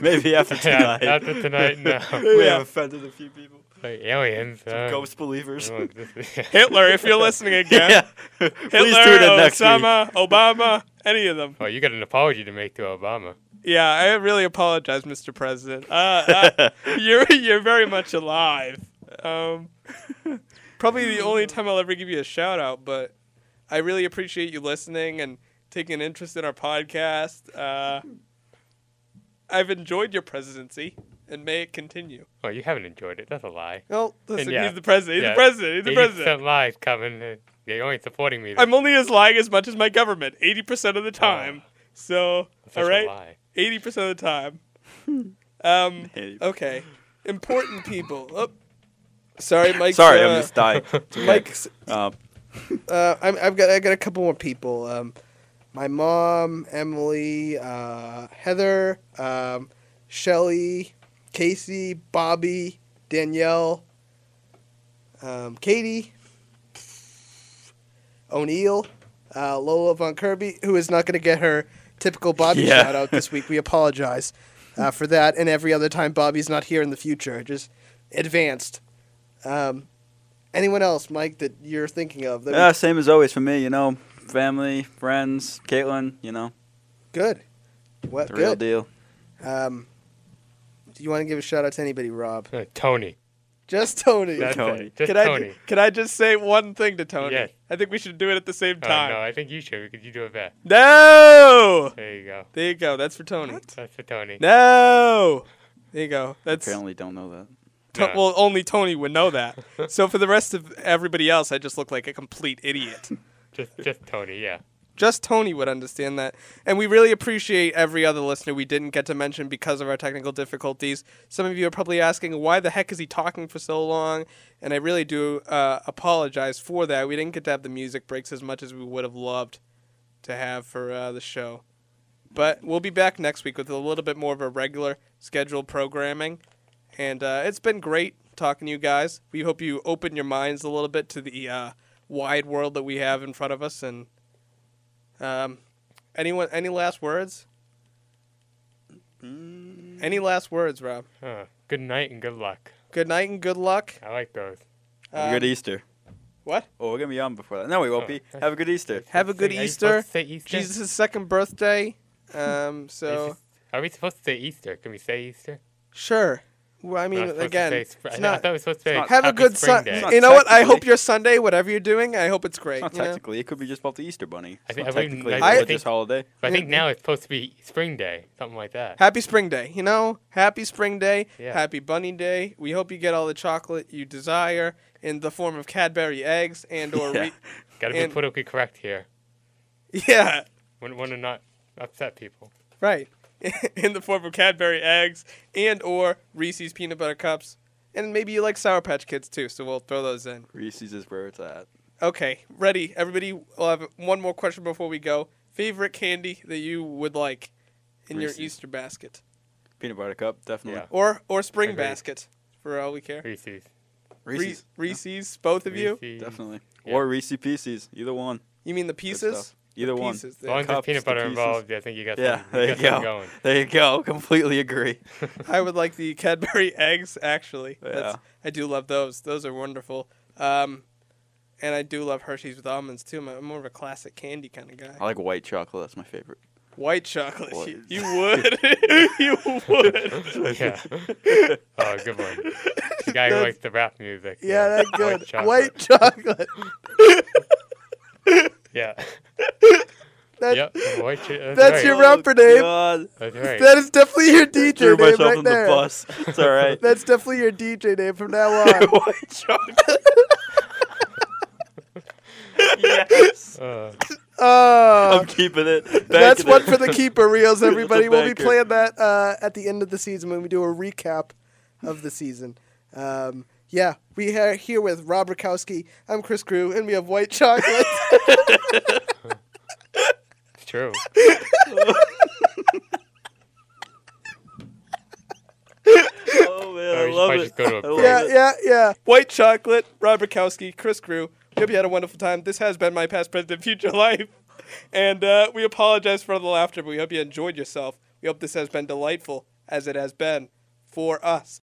Speaker 2: Maybe after
Speaker 3: [LAUGHS] Yeah,
Speaker 2: tonight. [LAUGHS]
Speaker 3: after tonight, no.
Speaker 1: [LAUGHS]
Speaker 2: we
Speaker 1: Yeah.
Speaker 2: have offended a few people.
Speaker 3: Like aliens.
Speaker 2: Some
Speaker 3: uh, [LAUGHS]
Speaker 2: ghost believers.
Speaker 3: oh, this- yeah.
Speaker 1: Hitler, if [LAUGHS] you're listening again,
Speaker 2: [LAUGHS] yeah. Please
Speaker 1: Hitler,
Speaker 2: tune in next [LAUGHS] week.
Speaker 1: Osama, Obama, any of them.
Speaker 3: [LAUGHS] Well, you got an apology to make to Obama.
Speaker 1: Yeah, I really apologize, Mr. President. Uh, uh, you're you're very much alive. Um, probably the only time I'll ever give you a shout out, but I really appreciate you listening and taking an interest in our podcast. Uh, I've enjoyed your presidency, and may it continue.
Speaker 3: Well, you haven't enjoyed it. That's a lie.
Speaker 1: Well, listen,
Speaker 3: yeah.
Speaker 1: he's the president. He's
Speaker 3: Yeah.
Speaker 1: the president. He's the president.
Speaker 3: lies coming. uh, You're only supporting me.
Speaker 1: I'm only as lying as much as my government, eighty percent of the time. so,
Speaker 3: That's
Speaker 1: all
Speaker 3: such
Speaker 1: right.
Speaker 3: a lie.
Speaker 1: eighty percent of the time. [LAUGHS] Um,
Speaker 2: Hey.
Speaker 1: okay, important people. Oh, sorry, Mike.
Speaker 2: Sorry,
Speaker 1: uh,
Speaker 2: I
Speaker 1: [LAUGHS]
Speaker 2: just died. It's okay.
Speaker 4: Mike's
Speaker 2: Uh,
Speaker 4: uh, I'm, I've got I got a couple more people. Um, my mom, Emily, uh, Heather, um, Shelly, Casey, Bobby, Danielle, um, Katie, O'Neill, uh, Lola von Kirby, who is not going to get her typical Bobby
Speaker 2: Yeah.
Speaker 4: shout out this week. We apologize uh, for that, and every other time Bobby's not here in the future. Just advanced. Um, anyone else, Mike, that you're thinking of? That we
Speaker 2: yeah, same as always for me. You know, family, friends, Caitlin. You know,
Speaker 4: Good. What
Speaker 2: the real
Speaker 4: good?
Speaker 2: deal.
Speaker 4: Um, do you want to give a shout out to anybody,
Speaker 1: [LAUGHS]
Speaker 4: Rob?
Speaker 3: Uh, [LAUGHS] Tony.
Speaker 4: Just Tony.
Speaker 3: That's
Speaker 2: Tony.
Speaker 3: it. Just
Speaker 1: can
Speaker 3: Tony.
Speaker 1: I can I just say one thing to Tony?
Speaker 3: Yes.
Speaker 1: I think we should do it at the same
Speaker 3: Oh,
Speaker 1: time.
Speaker 3: no, I think you should because you do it best.
Speaker 1: No.
Speaker 3: There you go.
Speaker 1: There you go. That's for Tony.
Speaker 3: That's for Tony.
Speaker 1: No. There you go. That's
Speaker 2: Apparently, don't know that.
Speaker 1: to-
Speaker 3: No.
Speaker 1: well, only Tony would know
Speaker 2: [LAUGHS]
Speaker 1: that. so for the rest of everybody else, I just look like a complete idiot.
Speaker 3: Just, just Tony. Yeah.
Speaker 1: Just Tony would understand that. And we really appreciate every other listener we didn't get to mention because of our technical difficulties. Some of you are probably asking, why the heck is he talking for so long? And I really do uh, apologize for that. We didn't get to have the music breaks as much as we would have loved to have for uh, the show. But we'll be back next week with a little bit more of a regular scheduled programming. And uh, it's been great talking to you guys. We hope you open your minds a little bit to the uh, wide world that we have in front of us. And um, anyone, any last words? Any last words, Rob?
Speaker 3: Huh. Good night and good luck.
Speaker 1: Good night and good luck. Um,
Speaker 3: I like those.
Speaker 2: Have
Speaker 3: e-
Speaker 2: a good Easter.
Speaker 1: What?
Speaker 2: Oh, we're gonna be on before that. No, we won't
Speaker 3: Oh,
Speaker 2: be.
Speaker 3: okay.
Speaker 2: Have a good Easter.
Speaker 1: Have a good
Speaker 3: Are you
Speaker 1: Easter.
Speaker 3: supposed to say Easter?
Speaker 1: Jesus' second birthday.
Speaker 3: [LAUGHS]
Speaker 1: Um, so
Speaker 3: Is this- Are we supposed to say Easter? Can we say Easter?
Speaker 1: sure. Well, I
Speaker 3: We're
Speaker 1: mean,
Speaker 3: not supposed to
Speaker 1: again,
Speaker 3: say
Speaker 1: it's
Speaker 3: spr- I, thought [LAUGHS]
Speaker 1: not.
Speaker 3: we were supposed to say
Speaker 2: not-
Speaker 1: Have a
Speaker 3: Happy
Speaker 1: good
Speaker 3: spring
Speaker 1: Sun.
Speaker 3: day.
Speaker 2: It's not
Speaker 1: You know what? I
Speaker 2: technically-
Speaker 1: hope your Sunday, whatever you're doing, I hope it's
Speaker 2: It's
Speaker 1: great.
Speaker 2: not
Speaker 1: you know?
Speaker 2: technically. It could be just about the Easter Bunny.
Speaker 3: I
Speaker 2: It's
Speaker 3: think-
Speaker 2: not
Speaker 3: I wouldn't-
Speaker 2: technically a
Speaker 1: I-
Speaker 2: religious
Speaker 3: think-
Speaker 2: holiday.
Speaker 3: But I think now it's supposed to be spring day, something like that.
Speaker 1: Happy Spring Day, you know? Happy Spring Day,
Speaker 3: Yeah.
Speaker 1: Happy Bunny Day. We hope you get all the chocolate you desire in the form of Cadbury eggs and
Speaker 3: [LAUGHS]
Speaker 1: or
Speaker 2: Yeah.
Speaker 1: re- [LAUGHS]
Speaker 3: Gotta be
Speaker 1: and-
Speaker 3: politically correct here.
Speaker 1: yeah,
Speaker 3: Wouldn't want to not upset people.
Speaker 1: right. [LAUGHS] in the form of Cadbury eggs and or Reese's peanut butter cups. And maybe you like Sour Patch Kids too, so we'll throw those in.
Speaker 2: Reese's is where it's at.
Speaker 1: Okay, ready. Everybody, we'll have one more question before we go. Favorite candy that you would like in
Speaker 2: Reese's.
Speaker 1: your Easter basket
Speaker 2: Peanut butter cup, definitely.
Speaker 3: Yeah.
Speaker 1: or or spring
Speaker 3: Agreed.
Speaker 1: basket for all we care.
Speaker 3: Reese's.
Speaker 2: Reese's,
Speaker 1: Re- Reese's, both of you.
Speaker 3: Reese's.
Speaker 2: definitely.
Speaker 3: Yeah.
Speaker 2: Or Reese Pieces, either one.
Speaker 1: You mean the pieces?
Speaker 2: stuff. Either
Speaker 1: the
Speaker 2: one.
Speaker 1: Pieces
Speaker 3: As
Speaker 1: there.
Speaker 3: long as there's
Speaker 2: cups,
Speaker 3: peanut
Speaker 2: the
Speaker 3: butter
Speaker 2: pieces.
Speaker 3: involved, I think you got
Speaker 2: Yeah,
Speaker 3: something,
Speaker 2: there you
Speaker 3: you got something
Speaker 2: go.
Speaker 3: going.
Speaker 2: There you go. [LAUGHS] Completely agree.
Speaker 1: I would like the Cadbury [LAUGHS] eggs, actually. That's,
Speaker 2: Yeah.
Speaker 1: I do love those. Those are wonderful. Um, and I do love Hershey's with almonds, too. I'm a- I'm more of a classic candy kind of guy.
Speaker 2: I like white chocolate. That's my favorite.
Speaker 1: White chocolate.
Speaker 2: Uh, What?
Speaker 1: You, [LAUGHS] you would. you would.
Speaker 3: [LAUGHS] yeah.
Speaker 2: [LAUGHS]
Speaker 3: Oh, good one. The guy who
Speaker 4: That's-
Speaker 3: likes the rap music.
Speaker 4: yeah, that's good. [LAUGHS]
Speaker 3: White chocolate.
Speaker 4: White chocolate.
Speaker 3: Yeah.
Speaker 4: [LAUGHS] That,
Speaker 3: yep. avoid chi- that's,
Speaker 4: that's
Speaker 3: right.
Speaker 4: your rapper name.
Speaker 2: God.
Speaker 4: [LAUGHS]
Speaker 3: That's right.
Speaker 4: That is definitely your DJ
Speaker 2: Threw
Speaker 4: name
Speaker 2: myself
Speaker 4: right
Speaker 2: on
Speaker 4: there.
Speaker 2: the bus. It's
Speaker 4: [LAUGHS]
Speaker 2: all right. [LAUGHS]
Speaker 4: That's definitely your DJ name from now on.
Speaker 2: White chocolate. yes.
Speaker 3: Uh,
Speaker 4: Oh,
Speaker 1: Uh,
Speaker 2: I'm keeping it. Banking
Speaker 4: that's one
Speaker 2: it.
Speaker 4: for the keeper
Speaker 1: [LAUGHS]
Speaker 4: reels. Everybody, we'll be
Speaker 2: banker.
Speaker 4: playing that uh, at the end of the season when we do a recap of the season. Um, yeah, we are here with Rob Rakowski. I'm Chris Grew, and we have White
Speaker 1: [LAUGHS]
Speaker 4: Chocolate.
Speaker 3: it's true.
Speaker 2: [LAUGHS] Oh man,
Speaker 3: Or
Speaker 2: I
Speaker 3: you
Speaker 2: love
Speaker 3: might
Speaker 2: it.
Speaker 3: just go to a
Speaker 2: I love
Speaker 4: yeah,
Speaker 2: it.
Speaker 4: yeah, yeah.
Speaker 1: White chocolate, Rob Rakowski, Chris Grew. We hope you had a wonderful time. This has been my past, present, and future [LAUGHS] life. And uh, we apologize for the laughter, but we hope you enjoyed yourself. We hope this has been delightful as it has been for us.